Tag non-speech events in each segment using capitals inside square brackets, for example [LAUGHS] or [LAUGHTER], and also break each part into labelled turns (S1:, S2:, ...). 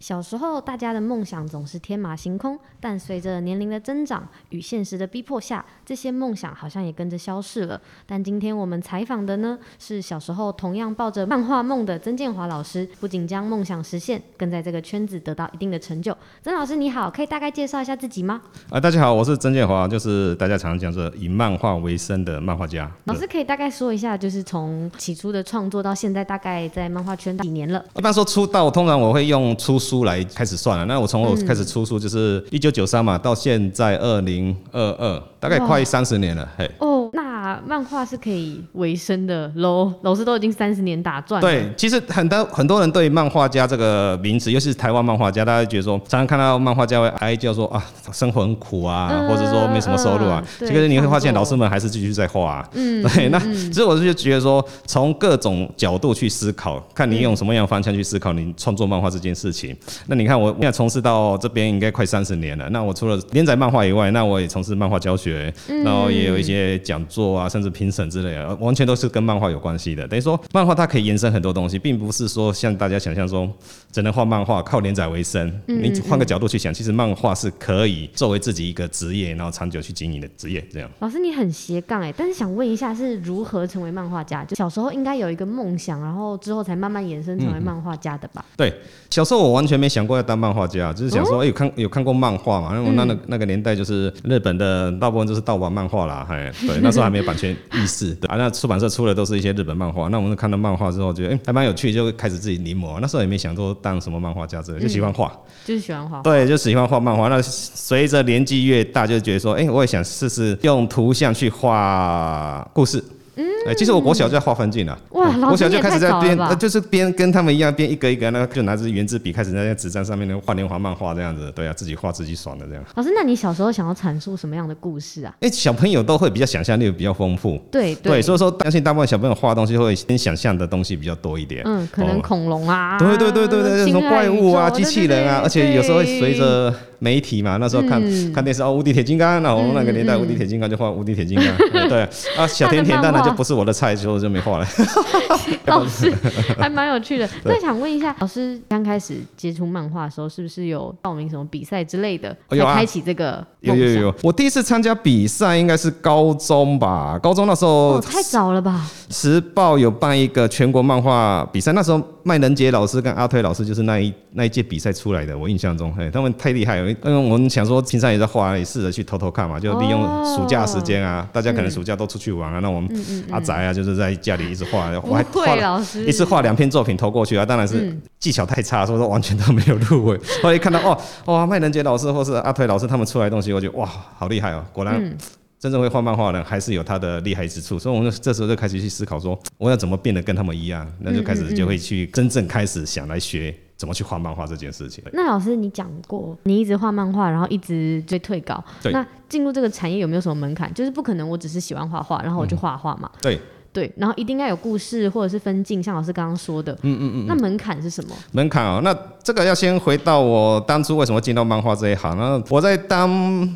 S1: 小时候，大家的梦想总是天马行空，但随着年龄的增长与现实的逼迫下，这些梦想好像也跟着消逝了。但今天我们采访的呢，是小时候同样抱着漫画梦的曾建华老师，不仅将梦想实现，更在这个圈子得到一定的成就。曾老师你好，可以大概介绍一下自己吗？
S2: 啊，大家好，我是曾建华，就是大家常讲说以漫画为生的漫画家。
S1: 老
S2: 对
S1: 师可以大概说一下，就是从起初的创作到现在，大概在漫画圈几年了？
S2: 一般说出道，通常我会用出书来开始算了。啊那我从我开始出书就是一九九三嘛，到现在二零二二，大概快三十年了。嘿，
S1: 哦，那漫画是可以为生的喽。老师都已经三十年打转了，
S2: 对，其实很多很多人对漫画家这个名词，尤其是台湾漫画家，大家会觉得说，常常看到漫画家会哀叫说啊，生活很苦啊，
S1: 嗯
S2: 或者说没什么收入啊
S1: 嗯。
S2: 其
S1: 对
S2: 实你会发现，
S1: 创作
S2: 老师们还是继续在画、啊。嗯， [LAUGHS] 对。那其实我就觉得说，从各种角度去思考，看
S1: 嗯
S2: 你用什么样的方向去思考你创作漫画这件事情。那你看我，我现在从事到这边应该快三十年了。那我除了连载漫画以外，那我也从事漫画教学，
S1: 嗯
S2: 然后也有一些讲座啊，甚至评审之类的，完全都是跟漫画有关系的。等于说，漫画它可以延伸很多东西，并不是说像大家想象中只能画漫画靠连载为生。你换个角度去想，其实漫画是可以作为自己一个职业，然后长久去经营的职业。这样，
S1: 老师你很斜杠哎，但是想问一下，是如何成为漫画家？就小时候应该有一个梦想，然后之后才慢慢衍生成为漫画家的吧？
S2: 对，小时候我完全没想过要当漫画家，就是想说，哎、有看有看过漫画嘛？那我那那那个年代就是日本的大部分就是盗版漫画啦，哎，对，那时候还没有版权意识，对啊，那出版社出的都是一些日本漫画。那我们看到漫画之后，觉得哎、诶还蛮有趣，就开始自己临摹。那时候也没想说当什么漫画家之类的，就喜欢画。
S1: 就是喜欢画画。
S2: 对，就喜欢画漫画。那随着年纪越大，就觉得说，哎、我也想试试用图像去画故事。嗯，哎、其实我国小就在画番镜了。
S1: 哇
S2: 嗯
S1: 老师
S2: 我小就开始在
S1: 你
S2: 编
S1: 也太早了，吧
S2: 呃就是编跟他们一样编一个一个，那就拿着圆珠笔开始在那纸张上面那画连环漫画这样子。对啊，自己画自己爽的这样。
S1: 老师，那你小时候想要阐述什么样的故事啊？
S2: 哎、小朋友都会比较想象力比较丰富。
S1: 对
S2: 对，所以说相信大部分小朋友画的东西会先想象的东西比较多一点。
S1: 嗯，可能
S2: 哦
S1: 恐龙啊，
S2: 对对对对对，什么
S1: 星海
S2: 怪
S1: 宇
S2: 物啊、
S1: 宙
S2: 机器人啊，
S1: 对对对
S2: 而
S1: 嗯
S2: 且有时候会随
S1: [LAUGHS]
S2: 着媒体嘛，那时候看看电视哦，无敌铁金刚，那我们那个年代无敌铁金刚就画无敌铁金刚，
S1: 嗯
S2: 对 [LAUGHS] 对啊，小甜甜
S1: 他的漫
S2: 当然
S1: 画
S2: 就不是我的菜，所以我就没
S1: [LAUGHS]
S2: 画了。
S1: 倒是还蛮有
S2: [LAUGHS]
S1: 趣的。那想问一下，老师刚开始接触漫画的时候，是不是有报名什么比赛之类的，
S2: 哦有啊
S1: 才开启这个
S2: 有
S1: 梦想？
S2: 有有有，我第一次参加比赛应该是高中吧，高中那时候
S1: 哦，太早了吧？
S2: 时报有办一个全国漫画比赛，那时候麦能杰老师跟阿推老师就是那一那一届比赛出来的，我印象中，嘿，他们太厉害了，因为我们想说平常也在画，也试着去偷偷看嘛，就利用暑假时间啊，大家可能暑假都出去玩啊，那我们阿宅啊，就是在家里一直画，
S1: 不
S2: 我还画
S1: 会，
S2: 了。
S1: 老师
S2: 一次画两篇作品投过去啊，当然是技巧太差，所以说完全都没有入围。 [LAUGHS] 后来看到哦，哇，麦能杰老师或是阿推老师他们出来的东西，我觉得哇，好厉害哦！果然真正会画漫画的人还是有他的厉害之处，所以我们这时候就开始去思考说，我要怎么变得跟他们一样，那就开始就会去真正开始想来学怎么去画漫画这件事情。
S1: 那老师，你讲过，你一直画漫画，然后一直追退稿。
S2: 对
S1: 那进入这个产业有没有什么门槛？就是不可能，我只是喜欢画画，然后我就画画嘛。
S2: 对，
S1: 对，然后一定要有故事或者是分镜，像老师刚刚说的。嗯嗯嗯。那门槛是什么？
S2: 门槛哦，那这个要先回到我当初为什么进到漫画这一行。那我在当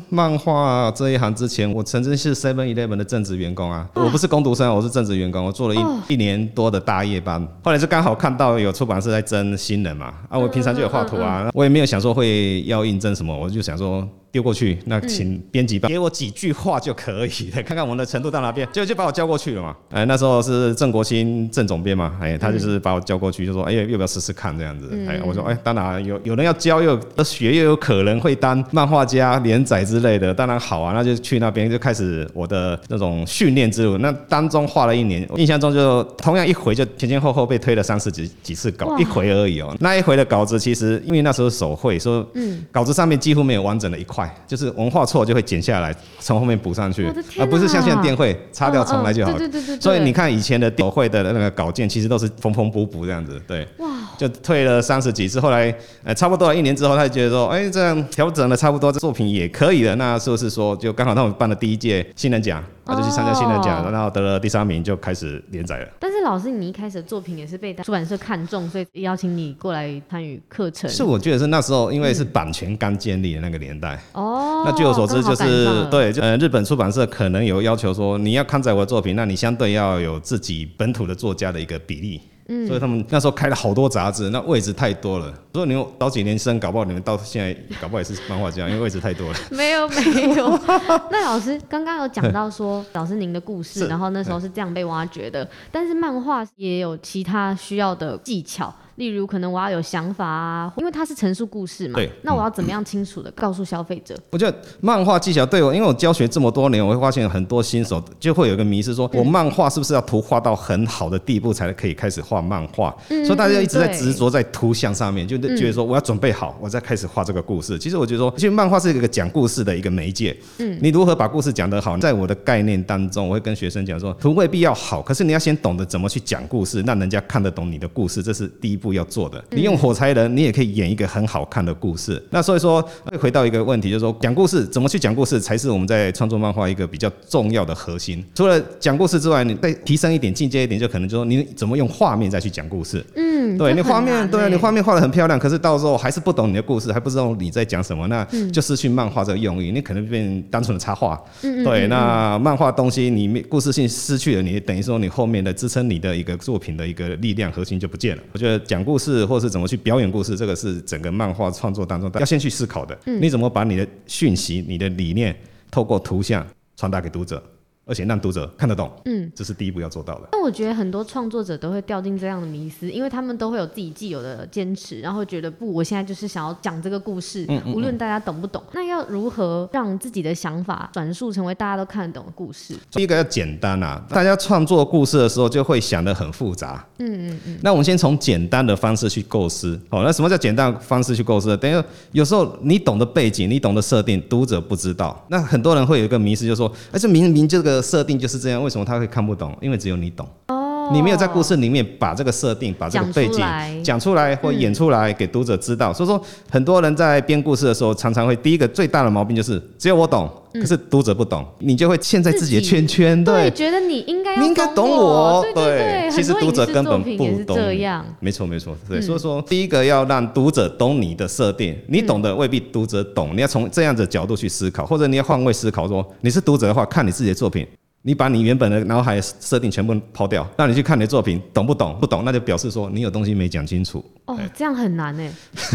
S2: 漫画这一行之前，我曾经是 Seven Eleven 的正职员工啊，我不是工读生，我是正职员工，我做了一、一年多的大夜班。后来就刚好看到有出版社在征新人嘛，啊，我平常就有画图啊，我也没有想说会要应征什么，我就想说。丢过去，那请编辑吧，给我几句话就可以 [LAUGHS] 了，看看我们的程度到哪边，就就把我叫过去了嘛。哎，那时候是郑国兴郑总编嘛，哎，他就是把我叫过去，就说，哎，要不要试试看这样子？哎，我说，哎，当然有有人要教，又有学，又有可能会当漫画家、连载之类的，当然好啊，那就去那边就开始我的那种训练之路。那当中画了一年，我印象中就同样一回就前前后后被推了三十几几次稿，
S1: 哇
S2: 一回而已哦。那一回的稿子其实因为那时候手绘，所以稿子上面几乎没有完整的一块，就是文化错就会剪下来，从后面补上去
S1: 我的，天
S2: 而不是像现在
S1: 哪
S2: 电绘擦掉重来就
S1: 嗯
S2: 好
S1: 嗯
S2: 了。
S1: 对对对对对。
S2: 所以你看以前的手绘的那个稿件，其实都是缝缝补补这样子，对，
S1: 哇，
S2: 就退了三十几次，后来呃差不多了一年之后，他就觉得说，哎、这样调整了差不多，这作品也可以了。那是不是说就刚好他们办了第一届新人奖，他就去参加新人奖，
S1: 哦
S2: 然后得了第三名，就开始连载了。
S1: 但是老师，你一开始的作品也是被出版社看中，所以邀请你过来参与课程。
S2: 是我觉得是那时候因为是版权刚建立的那个年代，
S1: 哦。
S2: 那据我所知，
S1: 刚好
S2: 就
S1: 赶上
S2: 是
S1: 了。
S2: 对，就呃，日本出版社可能有要求说，你要刊载我的作品，那你相对要有自己本土的作家的一个比例。嗯，所以他们那时候开了好多杂志，那位置太多了。所以你们早几年生，搞不好你们到现在搞不好也是漫画家，因为位置太多了。
S1: 没有没有。
S2: [LAUGHS]
S1: 那老师刚刚有讲到说，老师您的故事，
S2: 是
S1: 然后那时候是这样被挖掘的。但是漫画也有其他需要的技巧，例如可能我要有想法啊，因为它是陈述故事嘛。
S2: 对嗯
S1: 那我要怎么样清楚的告诉消费者？
S2: 我觉得漫画技巧对我，因为我教学这么多年，我会发现很多新手就会有一个迷失，说我漫画是不是要图画到很好的地步才可以开始画漫画？
S1: 嗯
S2: 所以大家一直在
S1: 对
S2: 执着在图像上面，就觉得说我要准备好，我再开始画这个故事。其实我觉得说，其实漫画是一个讲故事的一个媒介。嗯，你如何把故事讲得好，在我的概念当中，我会跟学生讲说，图未必要好，可是你要先懂得怎么去讲故事，让人家看得懂你的故事，这是第一步要做的。
S1: 嗯
S2: 你用火柴人，你也可以演一个很好看的故事。那所以说，会回到一个问题，就是说讲故事怎么去讲故事，才是我们在创作漫画一个比较重要的核心。除了讲故事之外，你再提升一点、进阶一点，就可能就说你怎么用画面再去讲故事。
S1: 嗯，
S2: 对
S1: 这
S2: 你
S1: 很
S2: 画面，
S1: 难
S2: 对啊，
S1: 欸
S2: 你画面画的很漂亮，可是到时候还是不懂你的故事，还不知道你在讲什么，那
S1: 嗯
S2: 就失去漫画这个用意，你可能变单纯的插画。
S1: 嗯嗯
S2: 对，
S1: 嗯
S2: 那漫画东西你没故事性失去了，你等于说你后面的支撑你的一个作品的一个力量核心就不见了。我觉得讲故事或是怎么去表演故事，这个是整个漫画创作当中要先去思考的。
S1: 嗯
S2: 你怎么把你的讯息、你的理念透过图像传达给读者，而且让读者看得懂，
S1: 嗯，
S2: 这是第一步要做到的。
S1: 但我觉得很多创作者都会掉进这样的迷思，因为他们都会有自己既有的坚持，然后觉得不，我现在就是想要讲这个故事，
S2: 嗯
S1: 无论大家懂不懂。那要如何让自己的想法转述成为大家都看得懂的故事？
S2: 第一个要简单啊，大家创作故事的时候就会想得很复杂。嗯嗯嗯。那我们先从简单的方式去构思。好、那什么叫简单的方式去构思？等于有时候你懂得背景，你懂得设定，读者不知道。那很多人会有一个迷失，就说：哎，这明明这个设定就是这样，为什么他会看不懂？因为只有你懂。哦。你没有在故事里面把这个设定、把这个
S1: 讲
S2: 背
S1: 出
S2: 景
S1: 来，嗯
S2: 讲出来或演出来给读者知道。所以说，很多人在编故事的时候，常常会第一个最大的毛病就是只有我懂，可是读者不懂，你就会陷在自己
S1: 嗯
S2: 的
S1: 自己
S2: 圈圈。对，
S1: 觉得你应该要
S2: 你应该懂
S1: 我，
S2: 对
S1: 对对，
S2: 其实
S1: 很多
S2: 读者
S1: 影视
S2: 根本
S1: 作品也
S2: 不
S1: 是
S2: 懂
S1: 这
S2: 你
S1: 样。
S2: 没错，没错，对。所以说，第一个要让读者懂你的设定，你懂的未必读者懂，你要从这样子的角度去思考，或者你要换位思考说你是读者的话，看你自己的作品。你把你原本的脑海设定全部抛掉，让你去看你的作品，懂不懂？不懂，那就表示说你有东西没讲清楚。
S1: 哦，这样很难
S2: [LAUGHS]
S1: 哎，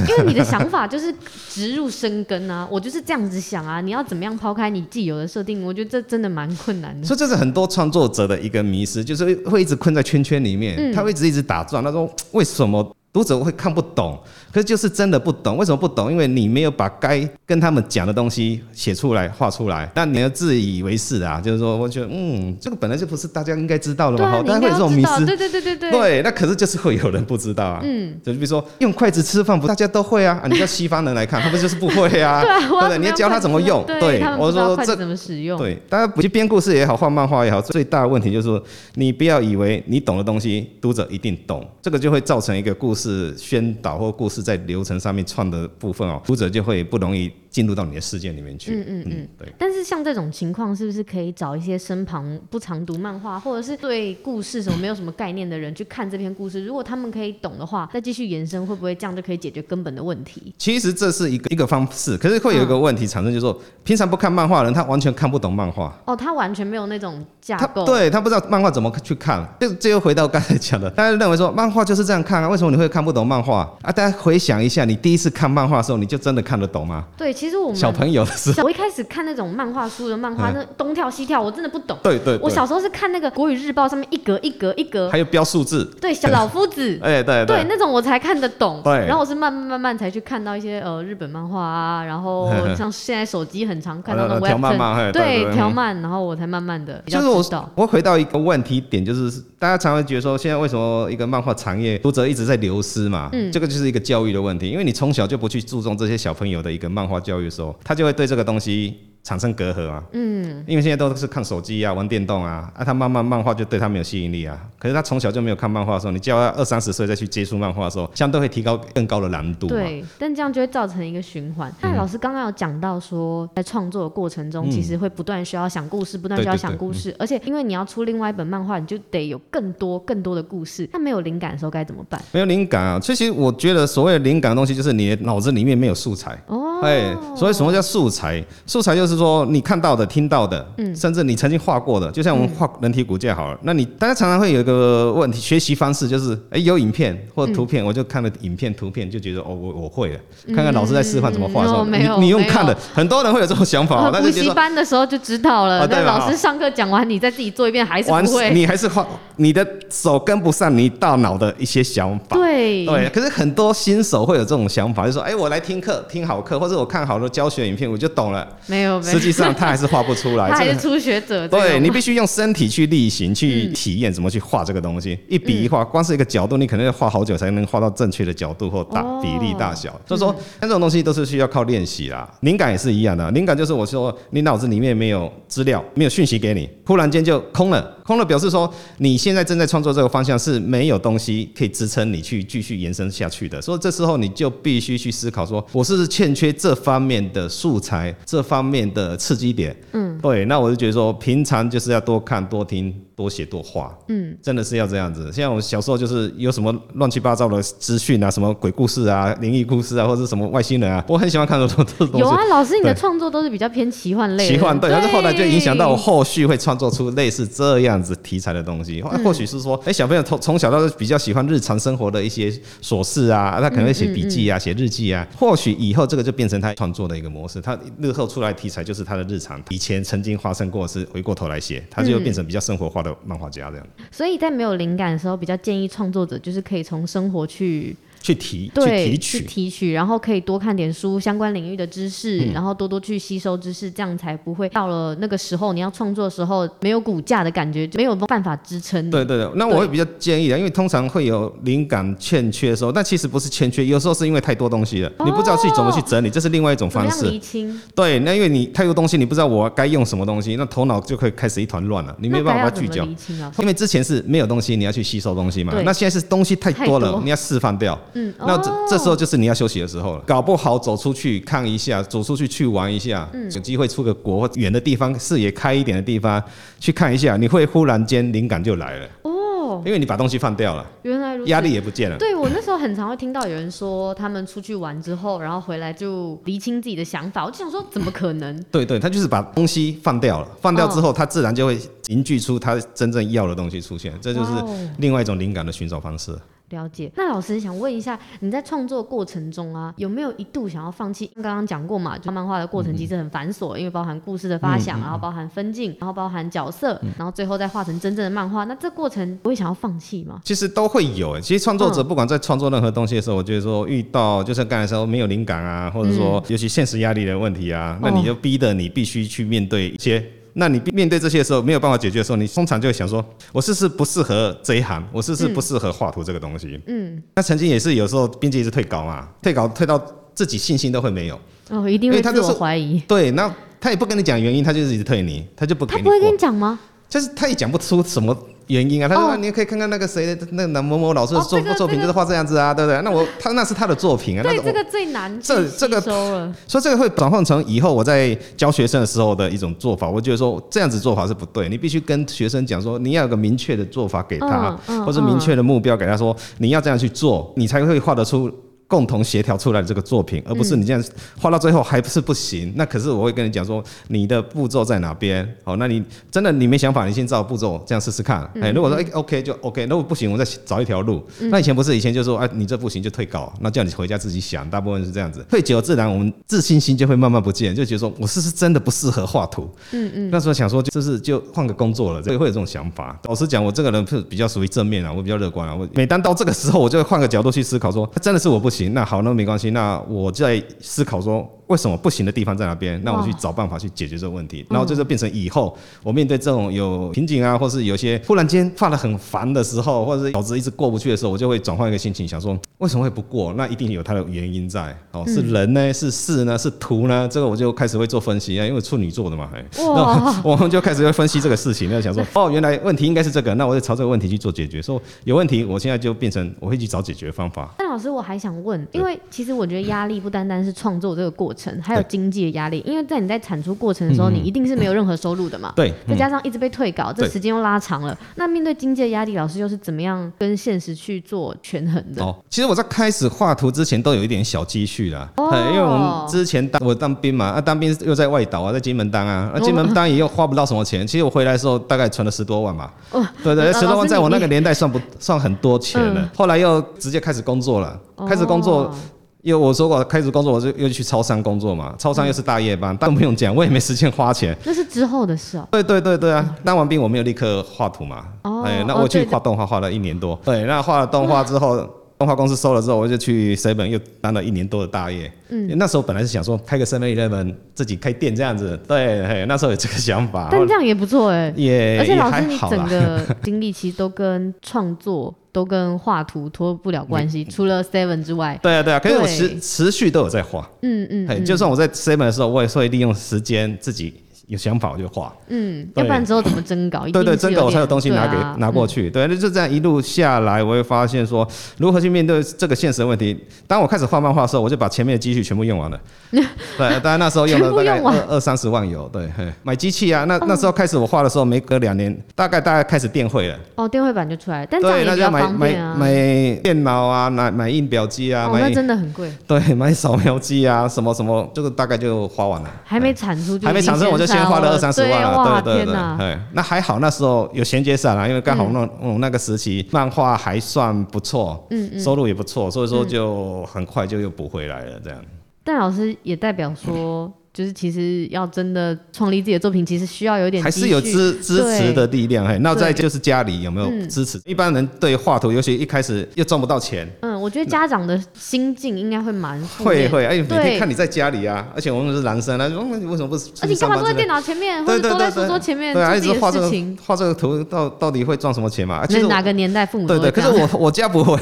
S1: 因为你的想法就是植入生根啊，我就是这样子想啊，你要怎么样抛开你既有的设定？我觉得这真的蛮困难的。
S2: 所以这是很多创作者的一个迷失，就是会一直困在圈圈里面，
S1: 嗯
S2: 他会一直一直打转。他说为什么读者会看不懂？可是就是真的不懂，为什么不懂？因为你没有把该跟他们讲的东西写出来、画出来，但你要自以为是啊，就是说，我觉得嗯，这个本来就不是大家应该知道的
S1: 对
S2: 嘛，
S1: 啊，
S2: 好，
S1: 你
S2: 大
S1: 应
S2: 家
S1: 该
S2: 会有
S1: 要
S2: 这种
S1: 知
S2: 迷
S1: 道，
S2: 失。
S1: 对对对对对。
S2: 对，那可是就是会有人不知道啊，嗯，就比如说用筷子吃饭，不大家都会啊，啊你叫西方人来看，他们就是不会啊，
S1: 对啊， [LAUGHS] 我
S2: 对不
S1: 怎
S2: 对？你
S1: 么
S2: 要
S1: 样
S2: 教他怎么
S1: 快
S2: 用，
S1: 对，
S2: 对
S1: 他，们
S2: 我
S1: 不知道
S2: 说
S1: 筷
S2: 这
S1: 子怎么使用，
S2: 对，大家不去编故事也好，画漫画也好，最大的问题就是说，你不要以为你懂的东西，读者一定懂，这个就会造成一个故事宣导或故事在流程上面创的部分哦，读者就会不容易进入到你的世界里面去。
S1: 嗯嗯嗯。
S2: 对。
S1: 但是像这种情况，是不是可以找一些身旁不常读漫画，或者是对故事什么没有什么概念的人去看这篇故事？如果他们可以懂的话，再继续延伸，会不会这样就可以解决根本的问题？
S2: 其实这是一个一个方式，可是会有一个问题产生，就是说，平常不看漫画的人，他完全看不懂漫画。
S1: 哦，他完全没有那种架
S2: 他
S1: 构，
S2: 对他不知道漫画怎么去看，就这又回到刚才讲的，大家认为说漫画就是这样看啊，为什么你会看不懂漫画啊？大家回想一下，你第一次看漫画的时候，你就真的看得懂吗？
S1: 对，其实我们
S2: 小朋友的
S1: [LAUGHS]
S2: 时候，
S1: 小我一开始看那种漫画书的漫画，
S2: 嗯
S1: 那东跳西跳，我真的不懂。
S2: 对对
S1: 我
S2: 对，
S1: 小时候是看那个《国语日报》上面一格一格一格，
S2: 还有标数字，
S1: 对，小老夫子，
S2: 哎、对
S1: 对，那种我才看得懂。
S2: 对
S1: 然后我是慢慢慢慢才去看到一些呃日本漫画啊，然后
S2: 呵呵
S1: 像现在手机很常看到
S2: 呃
S1: 那种
S2: 条漫漫嘿
S1: webtoon，
S2: 对对对
S1: 条漫，然后我才慢慢的比较
S2: 就是我
S1: 知道。
S2: 我回到一个问题点，就是大家常会觉得说，现在为什么一个漫画产业读者一直在流失嘛？嗯，这个就是一个教育的问题，因为你从小就不去注重这些小朋友的一个漫画教育的时候，他就会对这个东西产生隔阂啊。嗯，因为现在都是看手机啊，玩电动啊，啊，他慢慢漫画就对他没有吸引力啊。可是他从小就没有看漫画的时候，你叫他二三十岁再去接触漫画的时候，相对会提高更高的难度嘛。嗯
S1: 对，但这样就会造成一个循环。那老师刚刚有讲到说，在创作的过程中，其实会不断需要想故事，不断
S2: 对
S1: 需要
S2: 对嗯
S1: 想
S2: 对
S1: 故事，而且因为你要出另外一本漫画，你就得有更多更多的故事。那没有灵感的时候该怎么办？
S2: 没有灵感啊，其实我觉得所谓的灵感的东西，就是你的脑子里面没有素材。
S1: 哦，
S2: 哎，所以什么叫素材？素材就是说你看
S1: 嗯
S2: 到的、听到的，甚至你曾经画过的，就像我们画人体骨架好了。那你大家常常会有一个问题，学习方式就是，哎，有影片或图片，我就看了影片、图片，就觉得哦，我我会了。看看老师在示范怎么画的时候，
S1: 嗯没有
S2: 你你用
S1: 没有哦
S2: 看的，很多人会有这种想法，但
S1: 呃补
S2: 是觉
S1: 习
S2: 得。
S1: 班的时候就知道了，
S2: 啊对
S1: 那
S2: 嘛
S1: 老师上课讲完，你再自己做一遍还是
S2: 完
S1: 不，会。
S2: 你还是画，你的手跟不上你大脑的一些想法。
S1: 对
S2: 对，可是很多新手会有这种想法，就说：“哎、我来听课，听好课，或者我看好多教学影片，我就懂了。”
S1: 没有没有
S2: 实，际上他还是画不出来。
S1: [LAUGHS] 他还
S2: 这
S1: 是
S2: 个
S1: 初学者。这
S2: 对
S1: 种
S2: 你必须用身体去力行，去体验怎么去画这个东
S1: 嗯
S2: 西。一笔一画，光是一个角度，你可能要画好久才能画到正确的角度或大
S1: 哦
S2: 比例大小。所以说，像这种东西都是需要靠练习啦。灵感也是一样的，灵感就是我说你脑子里面没有资料，没有讯息给你，忽然间就空了，空了表示说你现在正在创作这个方向是没有东西可以支撑你去继续延伸下去的。所以这时候你就必须去思考说，我是不是欠缺这方面的素材，这方面的刺激点。对，那我就觉得说，平常就是要多看、多听、多写、多画，嗯，真的是要这样子。像我小时候就是有什么乱七八糟的资讯啊，什么鬼故事啊、灵异故事啊，或者什么外星人啊，我很喜欢看这种这种东
S1: 有
S2: 西。
S1: 啊，老师，你的
S2: 对
S1: 创作都是比较偏奇幻类的。
S2: 奇幻对，但是后来就影响到我
S1: 对
S2: 后续会创作出类似这样子题材的东西。或
S1: 嗯
S2: 或许是说，哎、小朋友从从小到大比较喜欢日常生活的一些琐事啊，他可能会写笔记啊、写、日记啊。或许以后这个就变成他创作的一个模式，他日后出来的题材就是他的日常，以前曾经发生过的事，回过头来写，他就变成比较生活化的漫画家这样，
S1: 所以在没有灵感的时候，比较建议创作者就是可以从生活去
S2: 去提
S1: 嗯
S2: 去
S1: 对
S2: 提
S1: 去
S2: 取。
S1: 提取，然后可以多看点书，相关领域的知识，
S2: 嗯
S1: 然后多多去吸收知识，这样才不会到了那个时候你要创作的时候没有骨架的感觉，就没有办法支撑你。
S2: 对对对，那我会比较建议的，因为通常会有灵感欠缺的时候，但其实不是欠缺，有时候是因为太多东西了，你不知道去怎么去整理，这是另外一种
S1: 怎么
S2: 方
S1: 样
S2: 式。
S1: 厘清？
S2: 对，那因为你太多东西，你不知道我该用什么东西，那头脑就会开始一团乱了，你没
S1: 那该
S2: 办
S1: 要
S2: 法
S1: 怎
S2: 聚
S1: 么
S2: 焦
S1: 厘。清啊？
S2: 因为之前是没有东西，你要去吸收东西嘛
S1: 对。
S2: 那现在是东西太多
S1: 太
S2: 了
S1: 多，
S2: 你要释放掉。
S1: 嗯，
S2: 那这、这时
S1: 候
S2: 候就是你要休息的时候了。搞不好走出去看一下，走出去去玩一下，
S1: 嗯
S2: 有机会出个国或远的地方，视野开一点的地方去看一下，你会忽然间灵感就来了，
S1: 哦，
S2: 因为你把东西放掉了，
S1: 原来如此。
S2: 压力也不见了。
S1: 对我那时候很常会听到有人说，他们出去玩之后，然后回来就厘清自己的想法。我就想说，怎么可能？ [LAUGHS]
S2: 对对，他就是把东西放掉了，放掉
S1: 哦
S2: 之后，他自然就会凝聚出他真正要的东西出现，这就是
S1: 哇哦
S2: 另外一种灵感的寻找方式。
S1: 了解。那老师想问一下，你在创作过程中啊，有没有一度想要放弃？刚刚讲过嘛，就漫画的过
S2: 嗯
S1: 程其实很繁琐，因为包含故事的发想，然后包含分镜，然后包含角色，然后最后再画成真正的漫画。那这过程不会想要放弃吗？
S2: 其实都会有诶，其实创作
S1: 嗯
S2: 者不管在创作任何东西的时候，我觉得说遇到就像刚才说没有灵感啊，或者说
S1: 嗯
S2: 尤其现实压力的问题啊，
S1: 哦
S2: 那你就逼得你必须去面对一些。那你面对这些的时候没有办法解决的时候，你通常就会想说，我是不是不适合这一行？我是不是不适合画图这个东西？
S1: 嗯，
S2: 那曾经也是有时候编辑一直退稿嘛，退稿退到自己信心都会没有。
S1: 哦，一定
S2: 因
S1: 会
S2: 为他
S1: 自
S2: 就是
S1: 我怀疑。
S2: 对，那他也不跟你讲原因，他就是一直退你，他就不给
S1: 他
S2: 你
S1: 不会跟你
S2: 过，
S1: 讲吗？
S2: 就是他也讲不出什么原因啊。他说、
S1: 哦
S2: 啊你可以看看那个谁的那个男某某老师的
S1: 哦
S2: 作、
S1: 这个
S2: 作品，
S1: 这个
S2: 就是画这样子啊，对不对？那我他那是他的作品啊，那
S1: 对，
S2: 我
S1: 这。个最难去
S2: 这这个
S1: 吸收了。
S2: 所以这个会转换成以后我在教学生的时候的一种做法，我觉得说这样子做法是不对，你必须跟学生讲说你要有个明确的做法给他，
S1: 嗯嗯
S2: 或者明确的目标给他说你要这样去做，你才会画得出共同协调出来的这个作品，而不
S1: 嗯
S2: 是你这样画到最后还不是不行。那可是我会跟你讲说你的步骤在哪边，好，那你真的你没想法，你先照步骤这样试试看。哎、如果说哎、OK 就 OK，如果不行，我再找一条路。那以前不是以前就说哎、你这不行就退稿，那叫你回家自己想，大部分是这样子。退久自然我们自信心就会慢慢不见，就觉得说我是不是真的不适合画图。嗯嗯，那时候想说就是就换个工作了，就会有这种想法。老实讲，我这个人是比较属于正面啊，我比较乐观啊。我每当到这个时候，我就会换个角度去思考说，啊真的是我不行，那好，那没关系，那我在思考说。为什么不行的地方在哪边？那我去
S1: 哇
S2: 找办法去解决这个问题，然后这就变成以后我面对这种有瓶颈啊，或是有些忽然间发的很烦的时候，或者是脑子一直过不去的时候，我就会转换一个心情，想说为什么会不过？那一定有它的原因在哦，是人呢，是事呢，是图呢？这个我就开始会做分析啊，因为我处女座的嘛，哎，
S1: 哇
S2: [LAUGHS] 那我们就开始会分析这个事情，那
S1: [LAUGHS]
S2: 想说哦，原来问题应该是这个，那我就朝这个问题去做解决。说有问题，我现在就变成我会去找解决方法。
S1: 但老师，我还想问，因为其实我觉得压力不单单是创作这个过程，还有经济的压力，因为在你在产出过程的时候，你一定是没有任何收入的嘛。
S2: 嗯对，
S1: 再加上一直被退稿，这
S2: 对
S1: 时间又拉长了。那面对经济的压力，老师又是怎么样跟现实去做权衡的？
S2: 哦，其实我在开始画图之前都有一点小积蓄啦，
S1: 哦
S2: 嘿因为我们之前当我当兵嘛，啊，当兵又在外岛啊，在金门当啊，那、
S1: 哦
S2: 金门当也又花不到什么钱，其实我回来的时候大概存了十多万吧，对对
S1: 哦老
S2: 对，
S1: 师
S2: 十多万
S1: 你
S2: 在我那个年代算不算很多钱了、
S1: 嗯
S2: 后来又直接开始工作了，开始工作。
S1: 哦
S2: 因为我说过开始工作，我就又去超商工作嘛，超
S1: 嗯
S2: 商又是大夜班，但不用讲，我也没时间花钱。
S1: 那是之后的事哦。
S2: 对对对对啊！当完兵我没有立刻画图嘛，
S1: 哦
S2: 哎，那
S1: 哦
S2: 我去
S1: 对的
S2: 画动画画了一年多，对，那画了动画之后，动画公司收了之后，我就去 seven 又当了一年多的大业。嗯，那时候本来是想说开个 seven eleven 自己开店这样子，对，嘿，那时候有这个想法，
S1: 但这样也不错哎、
S2: 啊也
S1: 而且
S2: 也
S1: 老
S2: 还
S1: 师，你
S2: 好
S1: 整
S2: 啦。
S1: 个
S2: [LAUGHS]
S1: 经历其实都跟创作、都跟画图脱不了关系，除了 Seven 之外，
S2: 对啊对啊，可是我
S1: 对
S2: 持持续都有在画，
S1: 嗯嗯
S2: 嘿，就算我在 seven 的时候，我也会利用时间自己有想法我就画。
S1: 嗯，要
S2: 对
S1: 不然之后怎么征稿？一
S2: 对
S1: 定
S2: 对，
S1: 是
S2: 真的我才有
S1: 点
S2: 东西拿给、
S1: 对啊
S2: 拿过去。对，那就这样一路下来，我会发现说如何去面对这个现实的问题。当我开始画漫画的时候，我就把前面的积蓄全部
S1: [LAUGHS]
S2: 用完了。对，当然那时候用了大概
S1: 全部用完哦
S2: 二二三十万有。对，嘿买机器啊，那那时候开始我画的时候，没隔两年，大概大概开始电绘了。
S1: 哦，电绘版就出来，但这样
S2: 对，
S1: 也
S2: 那
S1: 比
S2: 就要
S1: 较
S2: 买
S1: 方
S2: 买
S1: 便啊。
S2: 买电脑啊，买买印表机啊，
S1: 哦，
S2: 买
S1: 那真的很贵，
S2: 对买扫描机啊，什么什么，这个大概就花完了。
S1: 还没产出就
S2: 还没
S1: 已经
S2: 产生，我就先花了二三十万了。
S1: 对哇
S2: 对对
S1: 天
S2: 对，
S1: 哪！
S2: 哎，那还好，那时候有衔接上来，因为刚好那嗯那个时期漫画还算不错，嗯，收入也不错，所
S1: 嗯
S2: 以说就很快就又补回来了。这样，
S1: [LAUGHS] 但老师也代表说，就是其实要真的创立自己的作品，其实需要有点
S2: 还
S1: 积
S2: 是有
S1: 蓄
S2: 支支持的力量。嘿，那
S1: 对嗯
S2: 再就是家里有没有支持？一般人对画图，尤其一开始又赚不到钱。
S1: 嗯，我觉得家长的心境应该会蛮负
S2: 会
S1: 面
S2: 会，哎，每
S1: 对
S2: 天看你在家里啊，而且我们是男生啊，嗯你为什么不出去
S1: 而且干
S2: 上
S1: 嘛
S2: 班
S1: 坐在
S2: 之类的
S1: 电脑前面，
S2: 对
S1: 或者
S2: 对
S1: 都
S2: 对
S1: 在书
S2: 对
S1: 桌前面
S2: 对啊，
S1: 做
S2: 一
S1: 自
S2: 直
S1: 己
S2: 画
S1: 的
S2: 这
S1: 事
S2: 个
S1: 情？
S2: 画这个图到到底会赚什么钱嘛？啊其
S1: 那
S2: 实我
S1: 哪个年代父母
S2: 对
S1: 都
S2: 对，
S1: 会
S2: 可
S1: 这
S2: 是
S1: 样？
S2: 我我家不会，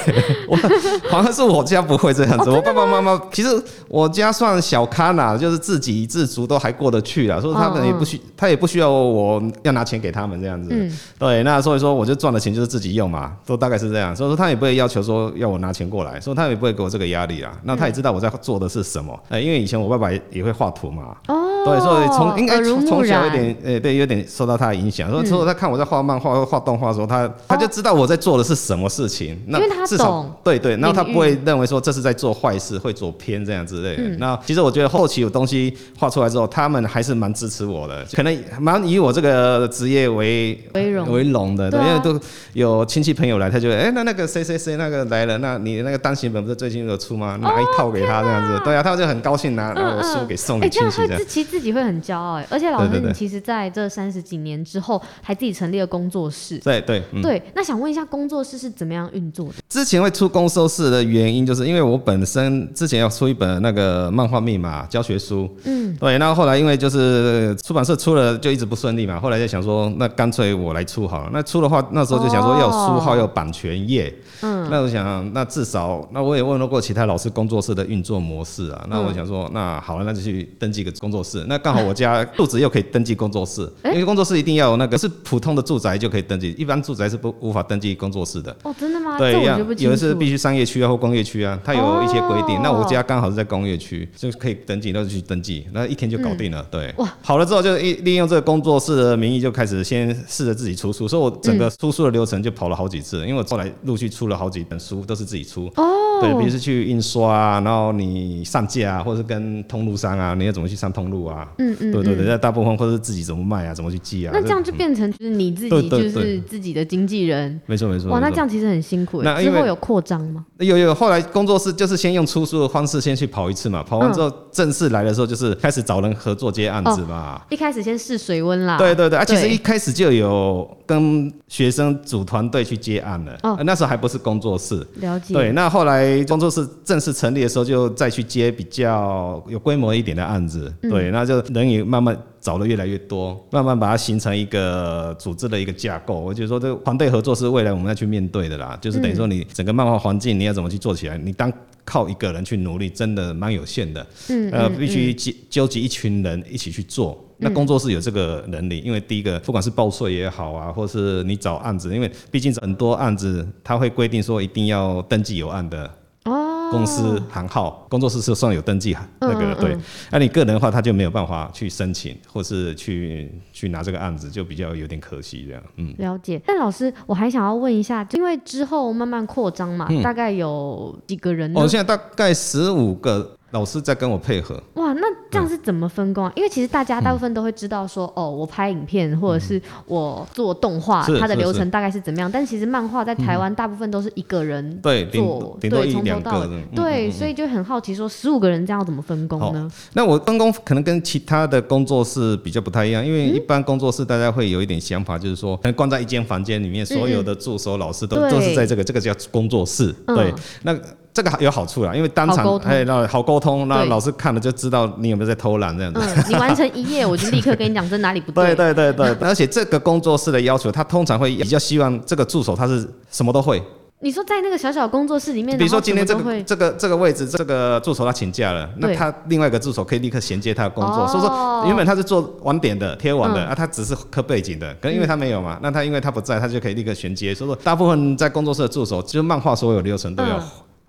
S2: 我 [LAUGHS] 反而是我家不会这样子。
S1: 哦
S2: 我爸爸妈妈其实我家算小康啦，就是自给自足都还过得去啦，所以他们
S1: 嗯
S2: 也不需，他也不需要我要拿钱给他们这样子。
S1: 嗯
S2: 对，那所以说我就赚的钱就是自己用嘛，都大概是这样。所以说他也不会要求说要我拿钱过来，所以他也不会给我这个压力啦。那他也
S1: 嗯
S2: 知道我在做的是什么，呃、因为以前我爸爸也也会画图嘛，
S1: 哦，
S2: 对，所以从应该
S1: 耳濡
S2: 从
S1: 目
S2: 从小有
S1: 染嗯
S2: 点，呃，对，有点受到他的影响。所以说他看我在画漫画、或画动画的时候，他他就知道我在做的是什么事情。那
S1: 因为他
S2: 至少
S1: 懂
S2: 对对，然后他
S1: 领域
S2: 不会认为说这是在做坏事，会走偏这样之类的。
S1: 嗯
S2: 那其实我觉得后期有东西画出来之后，他们还是蛮支持我
S1: [LAUGHS]
S2: 的，可能蛮以我这个职业为
S1: 为荣
S2: 为荣的，
S1: 对啊
S2: 对，因为都有亲戚朋友来，他就哎、那那个谁谁谁那个来了，那你那个单行本不是最近有出吗？拿一套给他这样
S1: 哦
S2: 子，对啊，他就很高兴拿拿我书给送
S1: 哎、
S2: 给
S1: 这
S2: 亲
S1: 样
S2: 戚
S1: 会
S2: 这样
S1: 自。其实自己会很骄傲哎、而且老
S2: 对
S1: 师，
S2: 对对
S1: 你其实在这三十几年之后，还自己成立了工作室。
S2: 对对，嗯，
S1: 对，那想问一下，工作室是怎么样运作的？
S2: 之前会出公收式的原因，就是因为我本身之前要出一本那个漫画密码教学书，嗯，对，那后来因为就是出版社出了就一直不顺利嘛，后来就想说，那干脆我来出好了。那出的话，那时候就想说
S1: 哦
S2: 要有书号，要有版权页，嗯，那我想，那至少那我也问了过其他老师工作室的运作模式啊，那我想说，那好了，那就去登记个工作室。那刚好我家肚子又可以登记工作室，因为工作室一定要有那个是普通的住宅就可以登记，一般住宅是不无法登记工作室的。
S1: 哦，真的吗？
S2: 对
S1: 这，我
S2: 要
S1: 就不清
S2: 有
S1: 楚。
S2: 的是必须商业区啊或工业区啊，它有一些规定。
S1: 哦
S2: 那我家刚好是在工业区，就可以登记，那就去登记，那一天就搞定了。对，
S1: 嗯哇
S2: 好了之后就一利用这个工作室的名义就开始先试着自己出书，所以我整
S1: 嗯
S2: 个出书的流程就跑了好几次，因为我后来陆续出了好几本书，都是自己出。
S1: 哦，
S2: 对，比如是去印刷啊，然后你上架啊，或者是跟通路商啊，你要怎么去上通路啊？
S1: 嗯嗯，
S2: 对对对，
S1: 嗯
S2: 那大部分或者是自己怎么卖啊，怎么去寄啊？
S1: 那这样就变成就是你自己
S2: 对对
S1: 就
S2: 对
S1: 是自己的经纪人。
S2: 没错没错。
S1: 哇，那
S2: 没
S1: 这
S2: 错
S1: 样其实很辛苦
S2: 那
S1: 哎。
S2: 因
S1: 之
S2: 为
S1: 后有扩张吗？
S2: 有有，后来工作室就是先用出书的方式先去跑一次嘛，跑完之后正式来的时候就是开始找人合作接案子嘛。
S1: 一开始先试水温啦。
S2: 对对对，啊，其实
S1: 哦对
S2: 一开始就有跟学生组团队去接案了，
S1: 哦
S2: 啊那时候还不是工作室。
S1: 了解。
S2: 对，那后来工作室正式成立的时候，就再去接比较有规模一点的案子，
S1: 嗯
S2: 对，那就人也慢慢找的越来越多，慢慢把它形成一个组织的一个架构。我觉得说这个团队合作是未来我们要去面对的啦，就是等于
S1: 嗯
S2: 说你整个漫画环境你要怎么去做起来，你单靠一个人去努力真的蛮有限的，
S1: 嗯嗯
S2: 呃，必须集纠集一群人一起去做。那工作室有这个能力，因为第一个，不管是报税也好啊，或是你找案子，因为毕竟很多案子他会规定说一定要登记有案的。
S1: 哦，
S2: 公司行号、工作室是算有登记那个
S1: 嗯嗯
S2: 对。那你个人的话，他就没有办法去申请，或是去去拿这个案子，就比较有点可惜这样。嗯，
S1: 了解，但老师，我还想要问一下，因为之后慢慢扩张嘛，大概有几个人呢？
S2: 嗯哦我、现在大概十五个老师在跟我配合，
S1: 哇，那这
S2: 嗯
S1: 样是怎么分工啊？因为其实大家大部分都会知道说，哦，我拍影片或者是我做动画，
S2: 嗯是
S1: 它的
S2: 是嗯
S1: 流
S2: 是
S1: 程大概是怎么样。但其实漫画在台湾大部分都是一个人
S2: 对，顶
S1: 做，
S2: 顶多
S1: 对，
S2: 一
S1: 从头
S2: 两个
S1: 到
S2: 这
S1: 尾，
S2: 嗯样。嗯
S1: 对，所以就很好奇说，十五个人这样要怎么分工呢？
S2: 那我分工可能跟其他的工作室比较不太一样，
S1: 嗯
S2: 因为一般工作室大家会有一点想法，就是说可嗯能关在一间房间里面，所有的助手、老师都
S1: 嗯对
S2: 都是在这个这个叫工作室。
S1: 嗯
S2: 对，那这个有好处啦，因为当
S1: 好
S2: 场
S1: 沟通
S2: 哎，那好沟通，那
S1: 对
S2: 老师看了就知道你有没有在偷懒这样子。
S1: 嗯，你完成一页，我就立刻跟你讲这哪里不
S2: 对对对对，而且这个工作室的要求，他通常会比较希望这个助手他是什么都会，
S1: 你说在那个小小工作室里面，
S2: 比如说
S1: 然后
S2: 今天这
S1: 什么都
S2: 个
S1: 会
S2: 这个这个位置，这个助手他请假了，那
S1: 对
S2: 他另外一个助手可以立刻衔接他的工作。
S1: 哦
S2: 所以说原本他是做网点的、贴网的，
S1: 嗯
S2: 啊，他只是刻背景的，可能因为他没有嘛，那他因为他不在，他就可以立刻衔接。所以说大部分在工作室的助手，就是漫画所有流程都要
S1: 嗯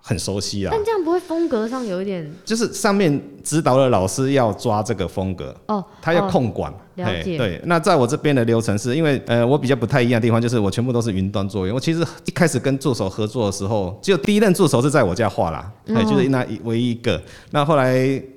S2: 很熟悉啊
S1: 但，这样不会风格上有一点
S2: 就是上面指导的老师要抓这个风格。
S1: 哦，
S2: 他要
S1: 哦
S2: 控管，
S1: 了
S2: 嘿
S1: 解
S2: 对，那在我这边的流程是因为，呃，我比较不太一样的地方就是我全部都是云端作业。我其实一开始跟助手合作的时候，只有第一任助手是在我家画啦，哎、
S1: 哦
S2: 就是那一唯一一个。那后来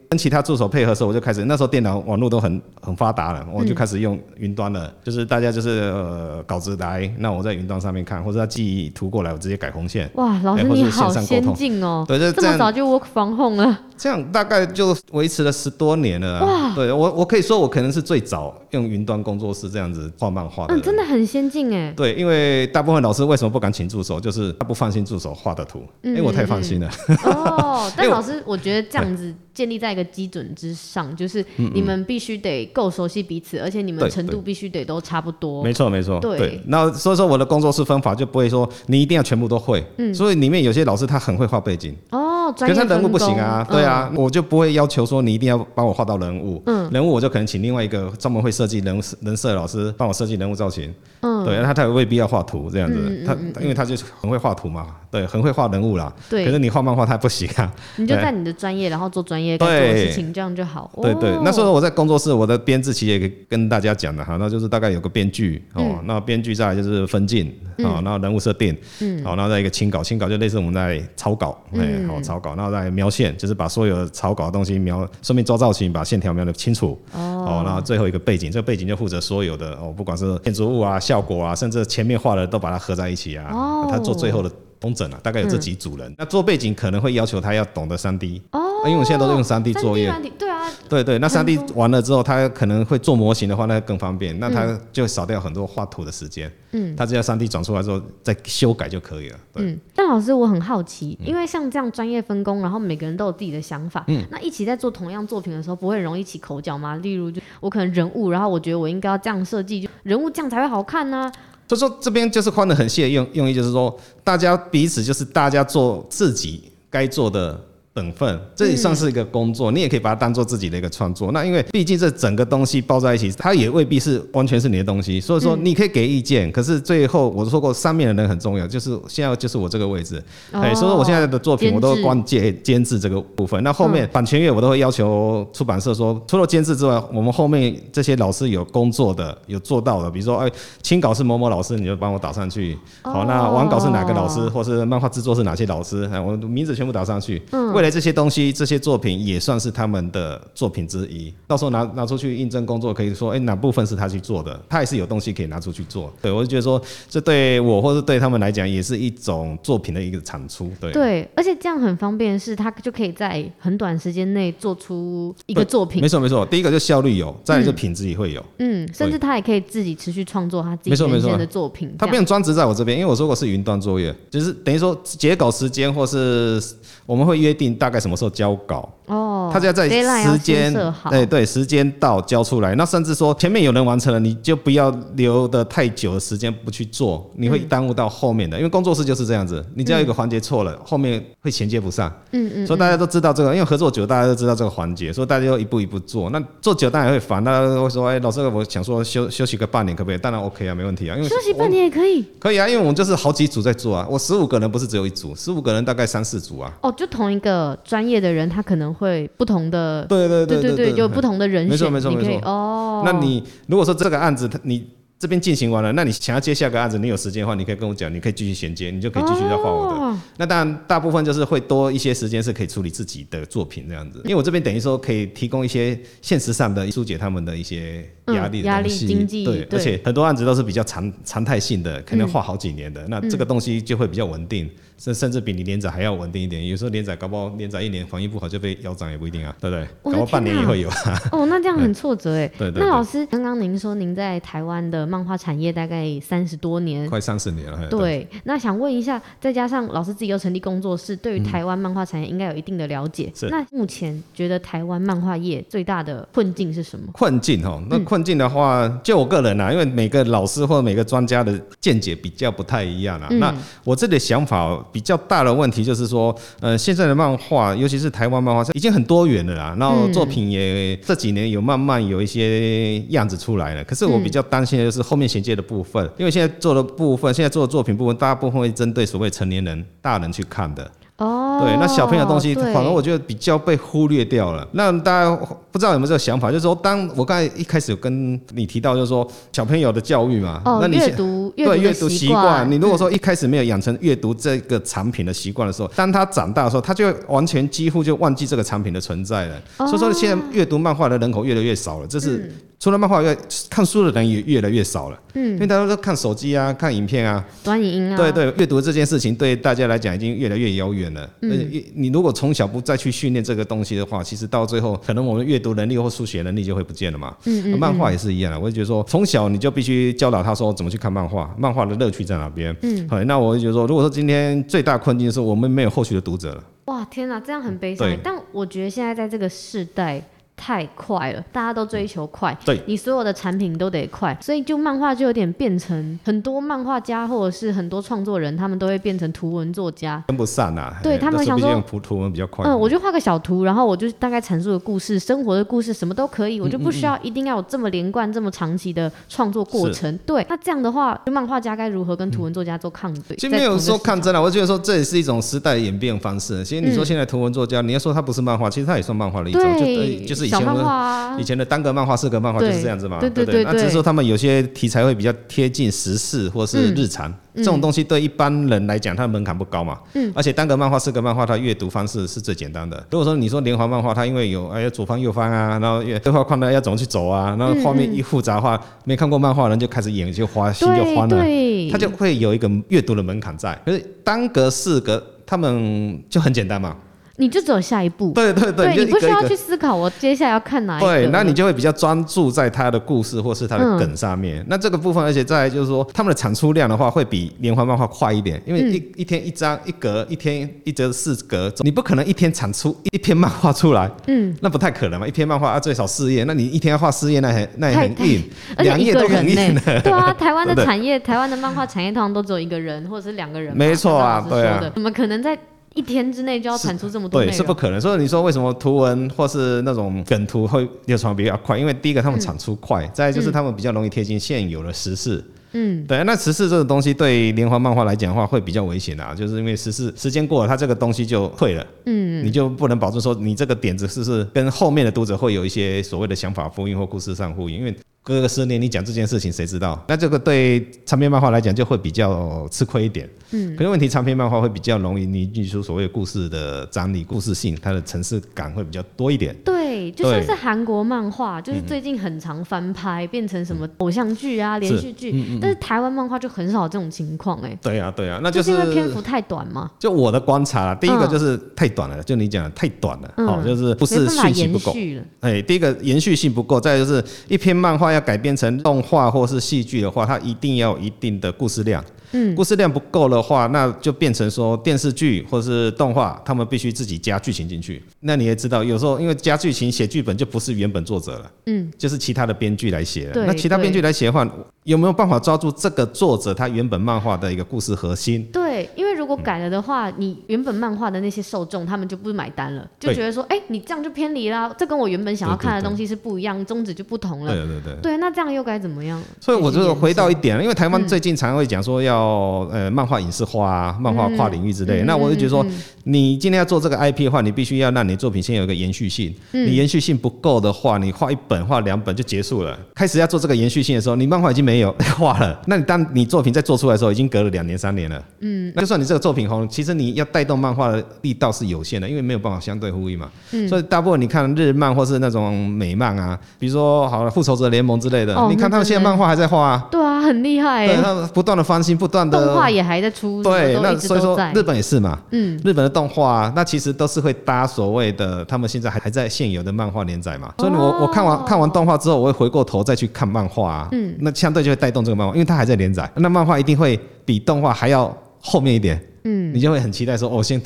S2: 跟其他助手配合的时候，我就开始，那时候电脑网络都很很发达了，我就开始用云端
S1: 嗯
S2: 了，就是大家就是呃稿子来，那我在云端上面看，或者他寄图过来，我直接改红线。
S1: 哇，老师
S2: 哎或者
S1: 你
S2: 是
S1: 好
S2: 线上沟
S1: 先
S2: 通
S1: 进哦，
S2: 对就是
S1: 这
S2: 这
S1: 么
S2: 样
S1: 早就 work from home 了，
S2: 这样大概就维持了十多年了、啊。对我，我可以说我可能是最早用云端工作室这样子画漫画
S1: 嗯，
S2: 的人。
S1: 真的很先进哎，
S2: 对，因为大部分老师为什么不敢请助手，就是他不放心助手画的图，因
S1: 嗯
S2: 为我太放心了。
S1: 哦，但
S2: [LAUGHS] 因为我
S1: 老师，我觉得这样子建立在一个基准之上，就是你们必须得够熟悉彼此，而且你们
S2: 嗯对
S1: 程度
S2: 对
S1: 必须得都差不多。
S2: 没错，没错，
S1: 对
S2: 那所以说我的工作室分法就不会说你一定要全部都会，所以里面有些老师他很会画背景，
S1: 哦，
S2: 可
S1: 嗯专
S2: 是
S1: 业
S2: 他
S1: 分
S2: 人物不行
S1: 工嗯
S2: 啊，对，啊，我就不会要求说你一定要帮我画到人物，
S1: 嗯
S2: 人物我就可能请另外一个专门会设计人物人设的老师帮我设计人物造型，
S1: 嗯
S2: 对，他他也未必要画图这样子，
S1: 嗯嗯嗯
S2: 他因为他就是很会画图嘛，对，很会画人物啦，
S1: 对
S2: 可是你画漫画他不行啊，
S1: 你就
S2: 对
S1: 在你的专业，然后做专业该做的
S2: 对
S1: 事情，这样就好。
S2: 对对
S1: 哦，
S2: 那时候我在工作室，我的编制其实也跟大家讲了哈，那就是大概有个编剧哦，那编剧再来就是分镜哦，然后人物设定，嗯，好，然后再一个清稿，清稿就类似我们在草稿，哎，好草稿，然后再描线，就是把所有的草稿的东西描，顺便抓造型，把线条描得清楚哦，然后最后一个背景，这个背景就负责所有的哦，不管是建筑物啊、效果啊，甚至前面画的都把它合在一起啊，
S1: 哦
S2: 他做最后的。工整啊，大概有这几组人。那做背景可能会要求他要懂得三 D 哦，因为我们现在都用三 D
S1: 三
S2: 作业，
S1: 软体对啊，
S2: [LAUGHS] 对对，那
S1: 很
S2: 三
S1: 多
S2: D 完了之后，他可能会做模型的话，那更方便，那他就少掉很多画图的时间。嗯，他只要三 D 转出来之后再修改就可以了。对，
S1: 嗯，但老师我很好奇，
S2: 嗯
S1: 因为像这样专业分工，然后每个人都有自己的想法，那一起在做同样作品的时候，不会很容易起口角吗？例如，就我可能人物，然后我觉得我应该要这样设计，就人物这样才会好看啊呢、
S2: 所以说这边就是宽的很细的用用意，就是说大家彼此就是大家做自己该做的。本分，这也算是一个工作，你也可以把它当做自己的一个创作。那因为毕竟这整个东西包在一起，它也未必是完全是你的东西，所以说你可以给意见，可是最后我说过，上面的人很重要，就是现在就是我这个位置，哎、所以说我现在的作品我都
S1: 监制
S2: 关监监制这个部分。那后面版权月我都会要求出版社说，除了监制之外，我们后面这些老师有工作的、有做到的，比如说哎，清稿是某某老师，你就帮我打上去。好，那完稿是哪个老师，或是漫画制作是哪些老师，哎，我名字全部打上去。未来这些东西、这些作品也算是他们的作品之一，到时候拿拿出去应征工作，可以说哎、哪部分是他去做的，他也是有东西可以拿出去做。对我就觉得说，这对我或是对他们来讲，也是一种作品的一个产出。对。
S1: 对，而且这样很方便的是，他就可以在很短时间内做出一个作品
S2: 没。错没错，第一个就效率有，再来就品质也会有。
S1: 嗯，甚至他也可以自己持续创作他自
S2: 没
S1: 己
S2: 错
S1: 原
S2: 没错
S1: 先的作品。这
S2: 它
S1: 样
S2: 变专职在我这边，因为我说过是云端作业，就是等于说截稿时间或是我们会约定大概什么时候交稿，
S1: 哦，
S2: 他就要在
S1: deadline 要
S2: 时间哎
S1: 先设好，
S2: 对对，时间到交出来。那甚至说前面有人完成了，你就不要留的太久的时间不去做，你
S1: 嗯
S2: 会耽误到后面的。因为工作室就是这样子，你只要有一个环节错了，后面会衔接不上。
S1: 嗯嗯，
S2: 所以大家都知道这个，因为合作久，大家都知道这个环节，所以大家就一步一步做。那做久当然会烦，大家都会说：“哎、老师，我想说休休息个半年，可不可以？”当然 OK 啊，没问题啊，因为
S1: 休息
S2: 我
S1: 半年也可以，
S2: 可以啊，因为我们就是好几组在做啊，我十五个人不是只有一组，十五个人大概三四组啊。
S1: 哦，就同一个专业的人，他可能会不同的，
S2: 对对
S1: 对
S2: 对
S1: 对，有不同的人选，
S2: 没错没错
S1: 你可以
S2: 没错
S1: 哦，
S2: 那你如果说这个案子它你这边进行完了，那你想要接下个案子，你有时间的话，你可以跟我讲，你可以继续衔接，你就可以继续再画我的。
S1: 哦
S2: 那当然，大部分就是会多一些时间是可以处理自己的作品这样子，因为我这边等于说可以提供一些现实上的疏解他们的一些压力
S1: 嗯
S2: 的
S1: 压力
S2: 东西
S1: 经济
S2: 对，
S1: 对
S2: 而且很多案子都是比较常常态性的，可能画好几年的，那
S1: 嗯
S2: 这个东西就会比较稳定，甚、甚至比你连载还要稳定一点。有时候连载搞不好连载一年防疫不好就被腰斩也不一定啊，对不对？
S1: 我
S2: 搞
S1: 的
S2: 不好半
S1: 天
S2: 年也
S1: 哪
S2: 会有。
S1: 哦，那这样很挫折哎。
S2: 对对对
S1: 那老师，刚刚您说您在台湾的漫画产业大概三十多年，
S2: 快三十年了，嘿
S1: 对，那想问一下，再加上老师自己又成立工作室，对于台湾漫画产业应该有一定的了解。
S2: 嗯是
S1: 那目前觉得台湾漫画业最大的困境是什么？嗯
S2: 困境哈，那困境的话，就我个人啊，因为每个老师或者每个专家的见解比较不太一样
S1: 嗯
S2: 啊。那我这里的想法哦比较大的问题就是说，呃，现在的漫画，尤其是台湾漫画，已经很多元了啦。
S1: 嗯
S2: 然后作品也、这几年有慢慢有一些样子出来了。可是
S1: 嗯
S2: 我比较担心的就是后面衔接的部分，因为现在做的部分，现在做的作品部分，大部分会针对所谓成年人、大人去看的。
S1: 哦，
S2: 对，那小朋友的东西，
S1: 对
S2: 反而我觉得比较被忽略掉了。那大家不知道有没有这个想法，就是说，当我刚才一开始有跟你提到，就是说小朋友的教育嘛，
S1: 哦
S2: 那，你
S1: 阅
S2: 现
S1: 读
S2: 对阅
S1: 阅
S2: 读
S1: 的
S2: 习
S1: 惯，嗯
S2: 惯，你如果说一开始没有养成阅读这个产品的习惯的时候，当他长大的时候，他就完全几乎就忘记这个产品的存在了。所以说，现
S1: 哦
S2: 在阅读漫画的人口越来越少了，这
S1: 嗯
S2: 是除了漫画以外，看书的人也越来越少了。嗯，因为大家都看手机啊，看影片啊，
S1: 短影音啊，
S2: 对对，阅读这件事情对大家来讲已经越来越遥远了。嗯，你如果从小不再去训练这个东西的话，其实到最后可能我们阅读能力或书写能力就会不见了嘛。嗯嗯漫画也是一样的，我就觉得说从小你就必须教导他说怎么去看漫画，漫画的乐趣在哪边。嗯，好，那我就觉得说，如果说今天最大困境是我们没有后续的读者了，
S1: 哇，天哪，这样很悲伤
S2: 对。
S1: 但我觉得现在在这个世代。太快了，大家都追求快，
S2: 嗯对
S1: 你所有的产品都得快，所以就漫画就有点变成很多漫画家或者是很多创作人，他们都会变成图文作家。
S2: 跟不上啊。
S1: 对
S2: 哎
S1: 他们
S2: 但是
S1: 想
S2: 毕竟
S1: 说
S2: 图图文比较快。
S1: 嗯，我就画个小图，然后我就大概阐述的故事、生活的故事，什么都可以，
S2: 嗯
S1: 我就不需要一定要有这么连贯、这么长期的创作过程。对，那这样的话，就漫画家该如何跟图文作家做抗对？
S2: 其实
S1: 在
S2: 没
S1: 同
S2: 嗯有
S1: 一个
S2: 说
S1: 时
S2: 看
S1: 代
S2: 真的，我觉得说这也是一种时代演变方式。其实你说
S1: 嗯
S2: 现在图文作家，你要说他不是漫画，其实他也算漫画的一种，就
S1: 对，
S2: 呃就是以
S1: 小
S2: 前我
S1: 漫
S2: 们
S1: 画啊
S2: 以，前的单格漫画、四格漫画就
S1: 对
S2: 是这样子嘛，
S1: 对对
S2: 对
S1: 对
S2: 不那只
S1: 对
S2: 是说他们有些题材会比较贴近时事或是日常，
S1: 嗯
S2: 这种东西对一般人来讲，它的门槛不高嘛。嗯。而且单格漫画、四格漫画，它阅读方式是最简单的。如果说你说连环漫画，它因为有哎呀左方右方啊，然后越对话框呢要怎么去走啊，
S1: 嗯
S2: 然后画面一复杂的话，没看过漫画的人就开始眼就花心就
S1: 对
S2: 慌了。
S1: 对，
S2: 它就会有一个阅读的门槛在，可是单格四格他们就很简单嘛，
S1: 你就只有下一步，
S2: 对对对，就
S1: 你
S2: 一
S1: 不
S2: 个
S1: 需
S2: 一
S1: 要
S2: 个
S1: 去思考我接下来要看哪一个嗯了。
S2: 对，那你就会比较专注在它的故事或是它的梗上面。那这个部分，而且再来就是说，他们的产出量的话，会比连环漫画快一点，因
S1: 嗯
S2: 为一、一天一张一格，一天一折四格，你不可能一天产出一篇漫画出来，嗯，那不太可能嘛。一篇漫画啊，最少四页，那你一天要画四页，那很那也
S1: 太
S2: 很硬，
S1: 而且
S2: 两
S1: 一
S2: 页
S1: 个
S2: 都很
S1: 人
S2: 硬
S1: 呢、[LAUGHS]
S2: 的。
S1: 对啊，台湾的
S2: 对不对
S1: 产业，台湾的漫画产业通常都只有一个人或者是两个人嘛，
S2: 没错啊
S1: 像老师说的
S2: 对啊
S1: 怎么可能在一天之内就要产出这么多内
S2: 对，
S1: 容？
S2: 是不可能。所以你说为什么图文或是那种梗图会流传比较快？因为第一个他们产出快，再来就是他们比较容易贴近现有的时事。
S1: 嗯，
S2: 对，那时事这个东西对连环漫画来讲的话会比较危险啊，就是因为时事时间过了，它这个东西就退了，嗯，你就不能保证说你这个点子是不是跟后面的读者会有一些所谓的想法呼应或故事上呼应，因为隔个十年你讲这件事情谁知道？那这个对长篇漫画来讲就会比较吃亏一点，嗯，可是问题长篇漫画会比较容易凝聚出所谓故事的张力、故事性，它的层次感会比较多一点。
S1: 对，就像
S2: 对
S1: 是韩国漫画，就是最近很常翻拍，变成什
S2: 嗯
S1: 么偶像剧啊、连续剧，但是台湾漫画就很少有这种情况哎、
S2: 对啊，对啊，那就
S1: 就是因为篇幅太短嘛。
S2: 就我的观察啦，第一个
S1: 嗯
S2: 就是太短了，就你讲的太短了，
S1: 嗯
S2: 哦，就是不
S1: 没
S2: 是
S1: 办法
S2: 讯息
S1: 延
S2: 不够。
S1: 续了，
S2: 哎，第一个延续性不够，再来就是一篇漫画要改编成动画或是戏剧的话，它一定要有一定的故事量。嗯，故事量不够的话，那就变成说电视剧或是动画，他们必须自己加剧情进去。那你也知道，有时候因为加剧情写剧本就不是原本作者了，
S1: 嗯，
S2: 就是其他的编剧来写了。
S1: 对
S2: 那其他
S1: 对
S2: 编剧来写的话，有没有办法抓住这个作者他原本漫画的一个故事核心？
S1: 对，因为如果改了的话，你原本漫画的那些受众他们就不买单了，就
S2: 对
S1: 觉得说，哎、你这样就偏离啦，这跟我原本想要
S2: 对对
S1: 看的
S2: 对
S1: 东西是不一样，宗旨就不同
S2: 对
S1: 了。
S2: 对对。
S1: 对，那这样又该怎么样？
S2: 所以我觉
S1: 继续
S2: 得
S1: 延
S2: 回到
S1: 伸
S2: 一点，因为台湾最近常会讲说要呃漫画影视化、啊、漫画跨领域之类，那我就觉得说，你今天要做这个 IP 的话，你必须要让你的作品先有一个延续性。你延续性不够的话，你画一本、画两本就结束了。开始要做这个延续性的时候，你漫画已经没有 [LAUGHS] 画了，那你当你作品再做出来的时候，已经隔了两年、三年了。嗯，那就算你这个作品红，其实你要带动漫画的力道是有限的，因为没有办法相对呼应嘛。嗯，所以大部分你看日漫或是那种美漫啊，比如说好了《复仇者联盟》之类的，
S1: 哦
S2: 你看他们现在漫画还在画啊，
S1: 对啊，很厉害、
S2: 对，
S1: 欸，
S2: 他们不断的翻新，不断的
S1: 动画也还在出，什么
S2: 对，
S1: 都
S2: 那
S1: 一直
S2: 所以
S1: 都
S2: 说
S1: 在
S2: 日本也是嘛，
S1: 嗯，
S2: 日本的动画、啊，那其实都是会搭所谓的他们现在还还在现有的漫画连载
S1: 哦
S2: 嘛，所以我、我看完看完动画之后，我会回过头再去看漫画、啊，嗯，那相对就会带动这个漫画，因为它还在连载，那漫画一定会比动画还要后面一点，嗯，你就会很期待说，哦，先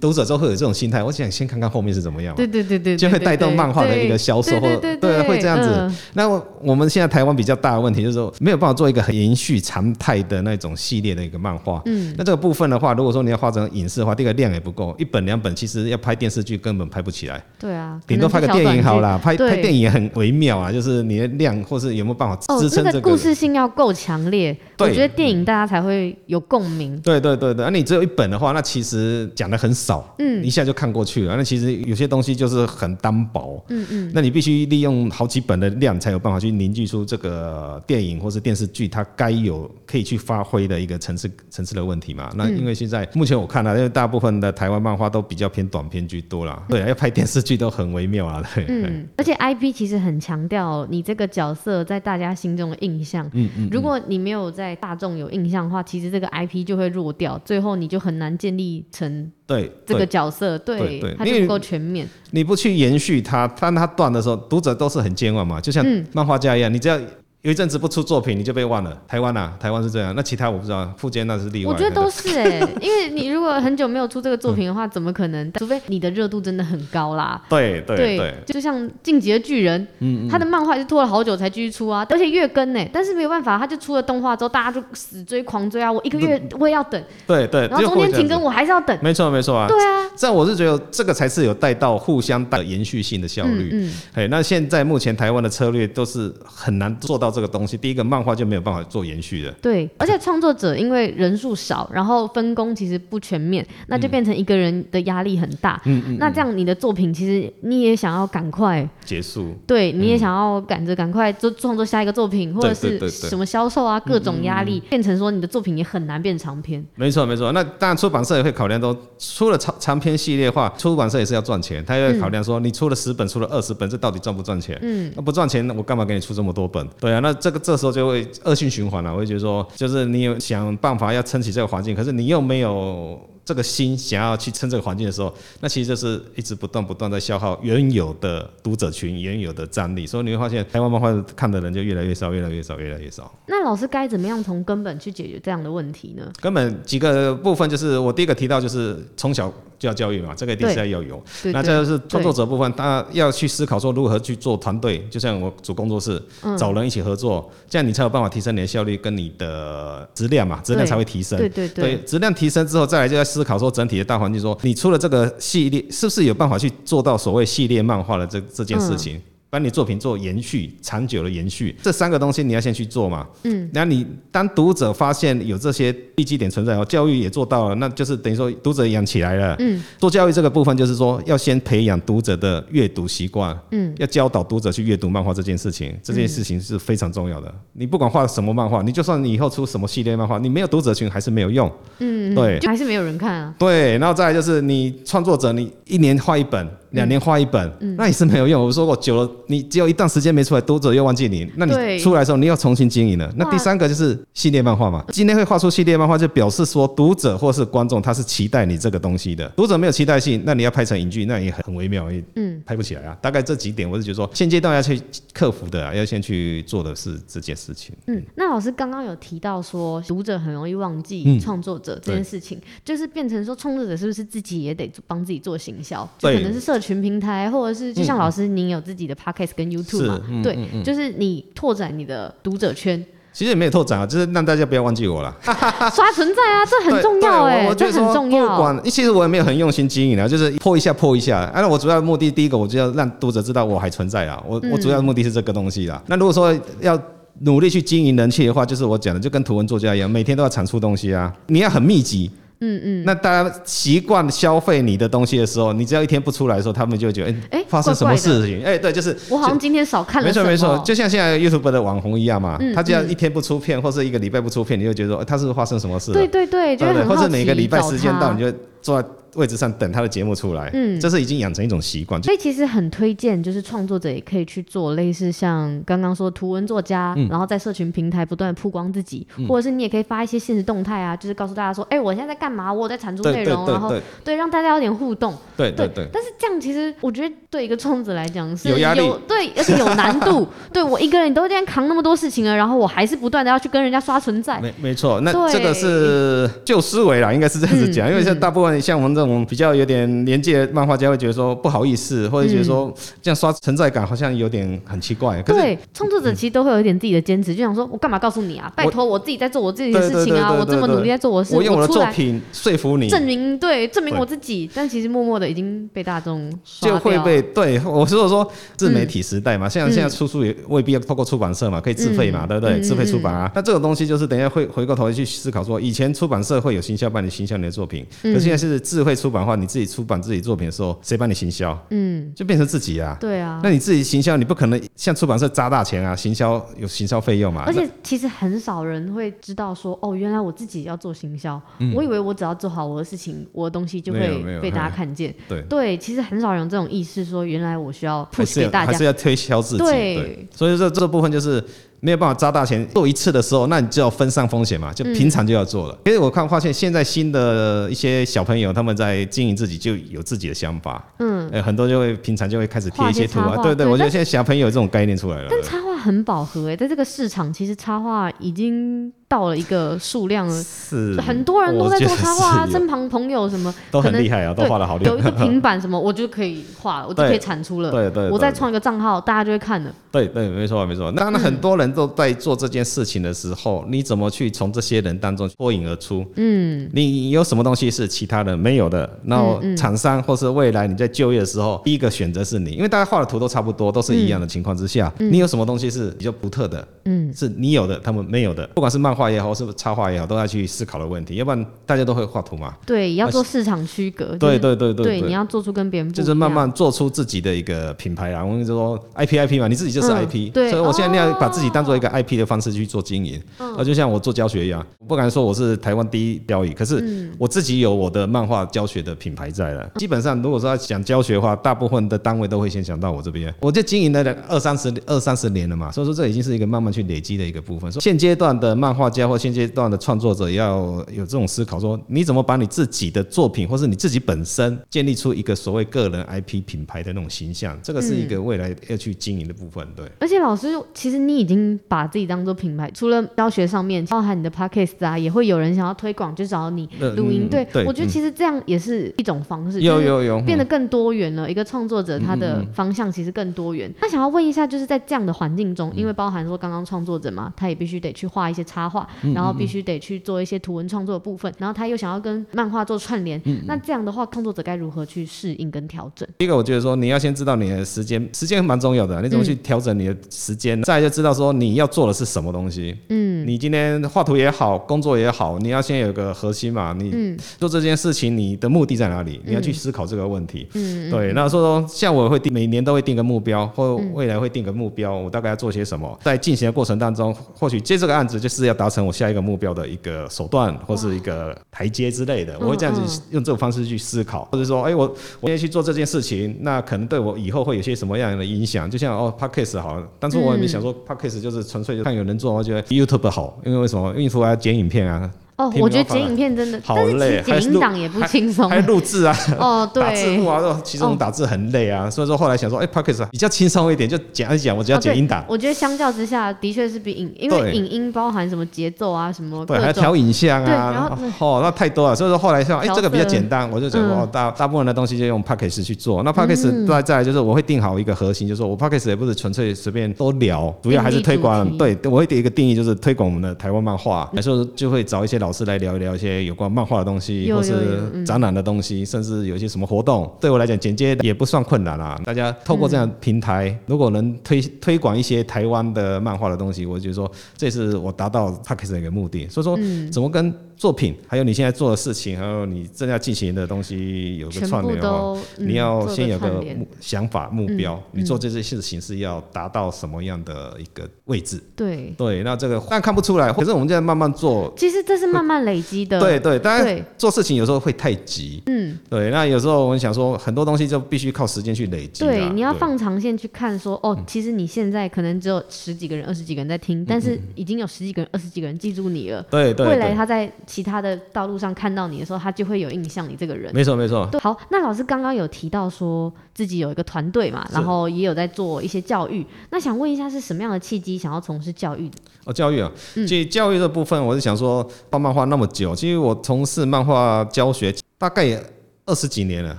S2: 读者都会有这种心态，我想先看看后面是怎么样嘛
S1: 对对对对，
S2: 就会
S1: 对
S2: 带动漫画的一个销售
S1: 对
S2: 或
S1: 对对对，
S2: 会这样子
S1: 嗯
S2: 那我我们现在台湾比较大的问题就是说，没有办法做一个很延续常态的那种系列的一个漫画。嗯，那这个部分的话，如果说你要画成影视的话，这个量也不够，一本两本其实要拍电视剧根本拍不起来，
S1: 对啊，
S2: 顶多
S1: 可能
S2: 拍
S1: 就
S2: 个
S1: 小
S2: 电影
S1: 短
S2: 好
S1: 剧。
S2: 啦，拍
S1: 对
S2: 拍电影也很微妙啊，就是你的量或是有没有办法
S1: 哦
S2: 支，撑
S1: 那
S2: 这
S1: 个
S2: 个。
S1: 故事性要够强烈，我
S2: 对
S1: 觉得电影大家才会有共鸣。
S2: 对对对啊对，那、你只有一本的话，那其实讲的很少，嗯，一下就看过去了。那其实有些东西就是很单薄，嗯嗯，那你必须利用好几本的量，才有办法去凝聚出这个电影或是电视剧它该有可以去发挥的一个层次层次的问题嘛。那因为现在、目前我看啊了，因为大部分的台湾漫画都比较偏短篇居多啦，对啊，要拍电视剧都很微妙啊，对，嗯、
S1: 嗯，而且 IP 其实很强调你这个角色在大家心中的印象。嗯嗯如果你没有在大众有印象的话，其实这个 IP 就会弱掉，最后你就很难建立成
S2: 对，
S1: 这
S2: 对
S1: 个角色，
S2: 对对
S1: 它就
S2: 因
S1: 不
S2: 为
S1: 够全面。
S2: 你不去延续它，当它断的时候，读者都是很健忘嘛，就像
S1: 嗯
S2: 漫画家一样，你只要有一阵子不出作品，你就被忘了。台湾啊，台湾是这样，那其他我不知道，富坚那是例外。
S1: 我觉得都是哎、因为你如果很久没有出这个作品的话，怎么可能？除非你的热度真的很高啦。
S2: 对对对对
S1: 就像《进击的巨人》，
S2: 嗯
S1: 他的漫画也是拖了好久才继续出啊，而且月更呢、但是没有办法，他就出了动画之后，大家就死追狂追啊，我一个月我也要等，
S2: 对对，
S1: 然后中间停更
S2: 我，
S1: 我还是要等，
S2: 没错没错啊。
S1: 对啊，
S2: 这样我是觉得这个才是有带到互相带延续性的效率。
S1: 嗯嗯，
S2: 哎，那现在目前台湾的策略都是很难做到这个东西。第一个，漫画就没有办法做延续的。
S1: 对，而且创作者因为人数少，然后分工其实不全面，那就变成一个人的压力很大，
S2: 嗯嗯，
S1: 那这样你的作品其实你也想要赶快。
S2: 结束。
S1: 对，你也想要赶着赶快就创作下一个作品，或者
S2: 对对
S1: 是
S2: 对对
S1: 什么销售啊，各
S2: 嗯
S1: 种压力，变成说你的作品也很难变长篇。
S2: 没错没错，那当然出版社也会考量到，出了长长篇系列的话，出版社也是要赚钱，他也会考量说，你出了十本，出了二十本，这到底赚不赚钱？嗯，那不赚钱，我干嘛给你出这么多本？对啊，那这个这时候就会恶性循环了、我会觉得说，就是你有想办法要撑起这个环境，可是你又没有。这个心想要去撑这个环境的时候，那其实就是一直不断不断在消耗原有的读者群、原有的战力，所以你会发现台湾漫画看的人就越来越少、越来越少、越来越少。
S1: 那老师该怎么样从根本去解决这样的问题呢？
S2: 根本几个部分就是我第一个提到就是从小就要教育嘛，这个一定是要有。
S1: 对
S2: 那
S1: 对
S2: 这就是创作者部分，他要去思考说如何去做团队，就像我组工作室，找人一起合作，这样你才有办法提升你的效率跟你的质量嘛，质量
S1: 对
S2: 才会提升。
S1: 对对
S2: 对，质量提升之后，再来就要思考说整体的大环境说你出了这个系列，是不是有办法去做到所谓系列漫画的这这件事情？把你作品做延续、长久的延续，这三个东西你要先去做嘛。嗯，那你当读者发现有这些地基点存在哦，教育也做到了，那就是等于说读者养起来了。嗯，做教育这个部分就是说要先培养读者的阅读习惯。嗯，要教导读者去阅读漫画这件事情，这件事情是非常重要的。你不管画什么漫画，你就算你以后出什么系列漫画，你没有读者群还是没有用。嗯，对。
S1: 还是没有人看啊。
S2: 对，然后再来就是你创作者，你一年画一本，两年画一本，
S1: 嗯
S2: 那也是没有用。我说过，久了你只有一段时间没出来，读者又忘记你，那
S1: 对
S2: 你出来的时候你又重新经营了。那
S1: 哇
S2: 第三个就是系列漫画嘛，今天会画出系列漫画，就表示说读者或是观众他是期待你这个东西的。读者没有期待性，那你要拍成影剧，那也很很微妙，也
S1: 嗯
S2: 拍不起来啊。大概这几点，我是觉得说现阶段要去克服的、啊，要先去做的是这件事情。
S1: 嗯，那老师刚刚有提到说，读者很容易忘
S2: 嗯
S1: 记创作者这件事情，就是变成说，创作者是不是自己也得帮自己做行销？就
S2: 对嗯
S1: 可能是社群平台，或者是就像老师您有自己的 podcast 跟 YouTube 嘛
S2: 是，嗯
S1: 对，就是你拓展你的读者
S2: [LAUGHS]
S1: 圈，
S2: 其实也没有拓展啊，就是让大家不要忘记我了。
S1: 刷存在啊，这很
S2: 对
S1: 重要
S2: 对
S1: 哎、
S2: 我我觉
S1: 这
S2: 得
S1: 很
S2: 说
S1: 重
S2: 不
S1: 要。
S2: 管，其实我也没有很用心经营啊，就是破一下破一下。啊，那我主要的目的，第一个我就要让读者知道我还存在啦。啊我、我主要的
S1: 嗯
S2: 目的是这个东西啦。那如果说要努力去经营人气的话，就是我讲的，就跟图文作家一样，每天都要产出东西啊。你要很密集。嗯嗯，那大家习惯消费你的东西的时候，你只要一天不出来的时候，他们就会觉得，哎、
S1: 哎
S2: 发生什
S1: 怪
S2: 么
S1: 怪的
S2: 事情？哎、对，就是
S1: 我好像今天少看了
S2: 没
S1: 什
S2: 错
S1: 么，
S2: 没错，就像现在 YouTube 的网红一样嘛，
S1: 嗯
S2: 他只要一天不出片，或是一个礼拜不出片，你就觉得说、哎他是不是发生什么事了？
S1: 对对对，就是
S2: 对不对
S1: 很好
S2: 或
S1: 奇
S2: 者每个礼拜
S1: 找
S2: 时间
S1: 他
S2: 到，你就坐在位置上等他的节目出来。
S1: 嗯
S2: 这是已经养成一种习惯。就
S1: 所以其实很推荐，就是创作者也可以去做类似像刚刚说图文作家，
S2: 嗯
S1: 然后在社群平台不断地曝光自己，或者是你也可以发一些现实动态啊，就是告诉大家说，哎、我现在在干嘛，我有在产出内
S2: 对对
S1: 容，然后
S2: 对
S1: 对让大家有点互动。
S2: 对对对
S1: 但是这样其实我觉得对一个创作者来讲是
S2: 有压力
S1: 对，而且有难
S2: [LAUGHS]
S1: 度。对我一个人都这样扛那么多事情了，然后我还是不断的要去跟人家刷存在
S2: 对，。没没错。那
S1: 对
S2: 这个是旧思维啦，应该是这样
S1: 嗯
S2: 子讲，因为像大部分像我们这种比较有点年纪的漫画家，会觉得说不好意思，或者觉得说这样刷存在感好像有点很奇怪。可是
S1: 嗯
S2: 嗯
S1: 对，创作者其实都会有一点自己的坚持，就想说，我干嘛告诉你啊？拜托，我自己在做我自己的
S2: 对对
S1: 事情啊，
S2: 对对
S1: 我这么
S2: 对对
S1: 努力在做我的事，
S2: 我用我的
S1: 出
S2: 作
S1: 来
S2: 品说服你，
S1: 证明对证明
S2: 对
S1: 我自己，但其实默默的已经被大众刷
S2: 就会
S1: 掉
S2: 被对我是说自媒体时代嘛，像现在出书也未必要透过出版社嘛，可以自费嘛，
S1: 嗯
S2: 对不对？
S1: 嗯
S2: 自费出版啊，那这种东西就是等一下会回过头去思考说，以前出版社会有行销帮你行销你的作品，
S1: 嗯
S2: 可是现在是智慧出版的话，你自己出版自己作品的时候，谁帮你行销？
S1: 嗯，
S2: 就变成自己啊。
S1: 对啊
S2: 那。你自己行销，你不可能向出版社扎大钱啊！行销有行销费用嘛？
S1: 而且其实很少人会知道说，哦，原来我自己要做行销，我以为我只要做好我的事情，我的东西就
S2: 嗯没有
S1: 会
S2: 没有
S1: 被大家
S2: 嘿
S1: 看见。
S2: 对
S1: 对，其实很少人有这种意识，说原来我需要
S2: 还
S1: push
S2: 是
S1: 给
S2: 要
S1: 大
S2: 还
S1: 家
S2: 是。要推销自己。
S1: 对
S2: 对，所以说这部分就是没有办法扎大钱做一次的时候，那你就要分散风险嘛，
S1: 嗯
S2: 就平常就要做了。因为我看发现现在新的一些小朋友他们在经营自己就有自己的想法，
S1: 嗯，
S2: 呃，很多就会平常就会开始贴一些图
S1: 画一些插
S2: 啊
S1: 画，
S2: 对对，
S1: 对
S2: 我觉得现在小朋友有这种概念出来了。
S1: 但插画很饱和诶、欸在这个市场，其实插画已经到了一个数量了，
S2: 是
S1: 很多人都在做插画、
S2: 我
S1: 啊，
S2: 觉得是
S1: 身旁朋友什么
S2: 都
S1: 可
S2: 很
S1: 能
S2: 厉害啊，都
S1: 对
S2: 画的好厉害
S1: 有一。
S2: [LAUGHS]
S1: 个平板什么，我就可以画了，我就
S2: 对
S1: 可以产出了。
S2: 对对
S1: 我再
S2: 对
S1: 创一个账号，大家就会看了。
S2: 对对，没错没错。那那很多人都在做这件事情的时候，你怎么去从这些人当中脱颖而出？
S1: 嗯，
S2: 你有什么东西是其他人没有的？然后厂商或是未来你在就业的时候，第一个选择是你，因为大家画的图都差不多，都是一样的情况之下，你有什么东西是比较独特的？
S1: 嗯，
S2: 是你有的，他们没有的。不管是漫画也好，是插画也好，都要去思考的问题，要不然大家都会画图嘛。
S1: 对，要做市场区隔。
S2: 啊对
S1: 就是
S2: 对对
S1: 对你
S2: 对。
S1: 要做出跟别人不
S2: 就是
S1: 一
S2: 慢
S1: 样
S2: 慢做出自己的一个品牌啊，我们就说 IP IP 嘛，你自己就是
S1: 嗯
S2: IP，、
S1: 对
S2: 所以我现在要
S1: 哦
S2: 把自己当做一个 IP 的方式去做经营。啊，就像我做教学一样，我不敢说我是台湾第一标语，可是我自己有我的漫画教学的品牌在了。基本上，如果说要讲教学的话，大部分的单位都会先想到我这边。我就经营了两二三十二三十年了嘛，所以说这已经是一个慢慢去累积的一个部分。所以现阶段的漫画家或现阶段的创作者要有这种思考说你怎么把你自己的作品或是你自己本身建立出一个所谓个人 IP 品牌的那种形象，这个是一个未来要去经营的部分。对，
S1: 而且老师，其实你已经把自己当做品牌，除了教学上面，包含你的 podcast 啊，也会有人想要推广，就找你
S2: 嗯
S1: 录音。
S2: 嗯
S1: 对，
S2: 对
S1: 我觉得
S2: 嗯
S1: 其实这样也是一种方式，
S2: 有
S1: 就是
S2: 有有
S1: 变
S2: 嗯
S1: 得更多元了。一个创作者他的方向其实更多元。那想要问一下，就是在这样的环境中，
S2: 嗯
S1: 因为包含说刚刚创作者嘛，他也必须得去画一些插画，
S2: 嗯
S1: 然后必须得去做一些图文创作的部分，然后他又想要跟漫画做串联，
S2: 嗯
S1: 那这样的话，创作者该如何去适应跟调整？
S2: 第一个，我觉得说你要先知道你的时间，时间蛮重要的，你怎么去调整你的时间，再来就知道说你要做的是什么东西。嗯，你今天画图也好，工作也好，你要先有个核心嘛。你做这件事情，你的目的在哪里？你要去思考这个 [LAUGHS] 问题。嗯，对。那说说，像我会定每年都会定个目标，或未来会定个目标，我大概要该做些什么，在进行的过程当中，或许接这个案子就是要达成我下一个目标的一个手段或是一个台阶之类的，我会这样
S1: 嗯
S2: 子用这种方式去思考，或者说，哎、我我也去做这件事情，那可能对我以后会有些什么样的影响？就像哦 p o d c a s t 好了，当初我也没想说 p o d c a s t 就是纯粹就看有人做，我觉得 YouTube 好，因为为什么？因为除了要剪影片啊，
S1: 哦，
S2: 听
S1: 我
S2: 没
S1: 觉得
S2: 办法
S1: 剪影片真的，
S2: 好
S1: 但是
S2: 累
S1: 其实
S2: 还
S1: 剪
S2: 是
S1: 音
S2: 录
S1: 档也不轻松
S2: 还。录制啊，
S1: 哦，
S2: [LAUGHS] 打字幕
S1: 对，哦
S2: 啊，这种其中打字很累啊，所以说后来想说，哎 p o d c a s t 比较轻松一点，就讲一讲，我只要
S1: 哦对
S2: 剪音档。
S1: 我觉得相较之下，的确是比影，因为
S2: 对
S1: 影音包含什么节奏啊，什么
S2: 对，还
S1: 各
S2: 要
S1: 种。
S2: 调影像
S1: 对然
S2: 啊
S1: 后，嗯
S2: 哦，那太多了。所以说后来像，哎、
S1: 调
S2: 这个比较
S1: 色
S2: 简单，我就觉得、
S1: 嗯
S2: 哦，大大部分的东西就用 Package 去做。那 Package 再再来就是我会定好一个核心，就是说我 Package 也不是纯粹随便都聊，主要还是推广
S1: 定义。主
S2: 对，我会定一个定义就是推广我们的台湾漫画，所以说就会找一些老师来聊一聊一些有关漫画的东西，
S1: 有
S2: 或
S1: 有嗯有
S2: 是展览的东西，甚至有一些什么活动。对我来讲，剪接也不算困难啦。大家透过这样
S1: 嗯
S2: 的平台，如果能推推广一些台湾的漫画的东西，我觉得说这是我达到 p a c k a g e 的一个目的。所以说，
S1: 嗯
S2: 怎么跟作品，还有你现在做的事情，还有你正要进行的东西有个
S1: 全
S2: 串
S1: 部
S2: 联的话，
S1: 都，嗯
S2: 你要
S1: 做
S2: 先有
S1: 串
S2: 个
S1: 联嗯
S2: 目想法、目标，你做这些事情是要达到什么样的一个位置？
S1: 对，
S2: 对，那这个但看不出来，可是我们现在慢慢做，
S1: 其实这是慢慢累积的。
S2: 对哎对，当
S1: 对
S2: 然做事情有时候会太急，嗯，对。那有时候我们想说，很多东西就必须靠时间去累积啦。啊
S1: 对，你要放长线去看说，哦，其实你现在可能只有十几个人、二十几个人在听，但是已经有十几个人、二十几个人记住你了。
S2: 对嗯对
S1: 未来
S2: 对，
S1: 他在其他的道路上看到你的时候，他就会有印象你这个人。
S2: 没错没错，
S1: 对，好，那老师刚刚有提到说自己有一个团队嘛，然后也有在做一些教育。那想问一下，是什么样的契机想要从事教育的？
S2: 哦，教育啊，
S1: 嗯
S2: 其实教育这部分，我是想说，画漫画那么久，其实我从事漫画教学大概也二十几年了。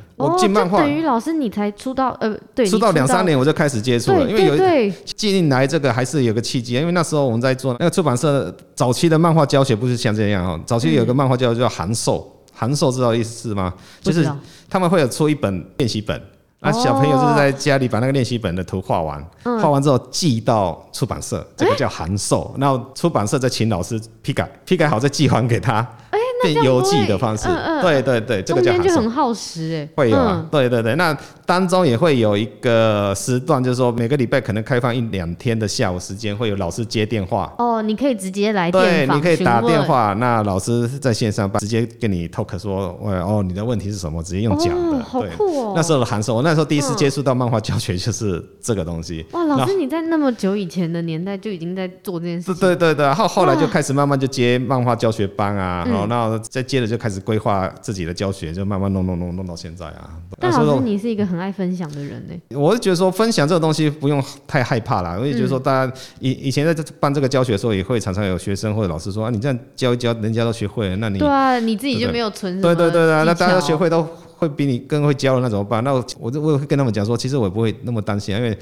S2: 我
S1: 哦，
S2: 进漫
S1: 就
S2: 画
S1: 等于老师你才出道，呃，对，
S2: 出
S1: 你
S2: 道两三，年，我就开始接触了，
S1: 对
S2: 因为有
S1: 对对，
S2: 进来这个还是有个契机，因为那时候我们在做那个出版社早期的漫画教学，不是像这样哦，早期有个
S1: 嗯
S2: 漫画教学叫函授，函授知道意思吗？
S1: 不
S2: 就
S1: 知
S2: 是
S1: 道
S2: 他们会有出一本练习本，那小朋友就是在家里把那个练习本的图画完，
S1: 嗯
S2: 画完之后寄到出版社，这个叫函授。然后出版社再请老师批改，批改好再寄还给他，
S1: 那这
S2: 变
S1: 样
S2: 邮
S1: 不
S2: 寄
S1: 会
S2: 的方式
S1: 嗯嗯。
S2: 对对对，这
S1: 中
S2: 个叫
S1: 间
S2: 函
S1: 就
S2: 授。
S1: 很耗时哎、
S2: 会有啊，
S1: 嗯
S2: 对对对，那当中也会有一个时段，就是说每个礼拜可能开放一两天的下午时间，会有老师接电话。
S1: 哦，你可以直接来
S2: 对
S1: 电，访，
S2: 你可以
S1: 询
S2: 打电
S1: 问
S2: 话，那老师在线上直接跟你 talk 说，喂，哦，你的问题是什么？直接用讲的，
S1: 哦、好
S2: 对。
S1: 酷哦！
S2: 那时候的函授，我那时候第一次接触到漫画教学就是这个东西。
S1: 哇，老师你在那么久以前的年代就已经在做这件事
S2: 对
S1: 情，
S2: 对对对，后后来就开始慢慢就接漫画教学班啊，然后那再接着就开始规划自己的教学，就慢慢弄弄弄弄到现在啊。
S1: 但
S2: 那时
S1: 老
S2: 候
S1: 师你是一个很爱分享的人呢、欸
S2: 我是觉得说分享这个东西不用太害怕啦，我也觉得说大家以以前在这办这个教学的时候，也会常常有学生或者老师说啊，你这样教一教，人家都学会了，那你
S1: 对啊，你自己
S2: 对
S1: 就
S2: 对
S1: 没有存什
S2: 对
S1: 么
S2: 对对啊，那
S1: 技
S2: 大
S1: 巧
S2: 家学会都会比你更会教了，那怎么办？那我我就我也会跟他们讲说，其实我也不会那么担心啊，因为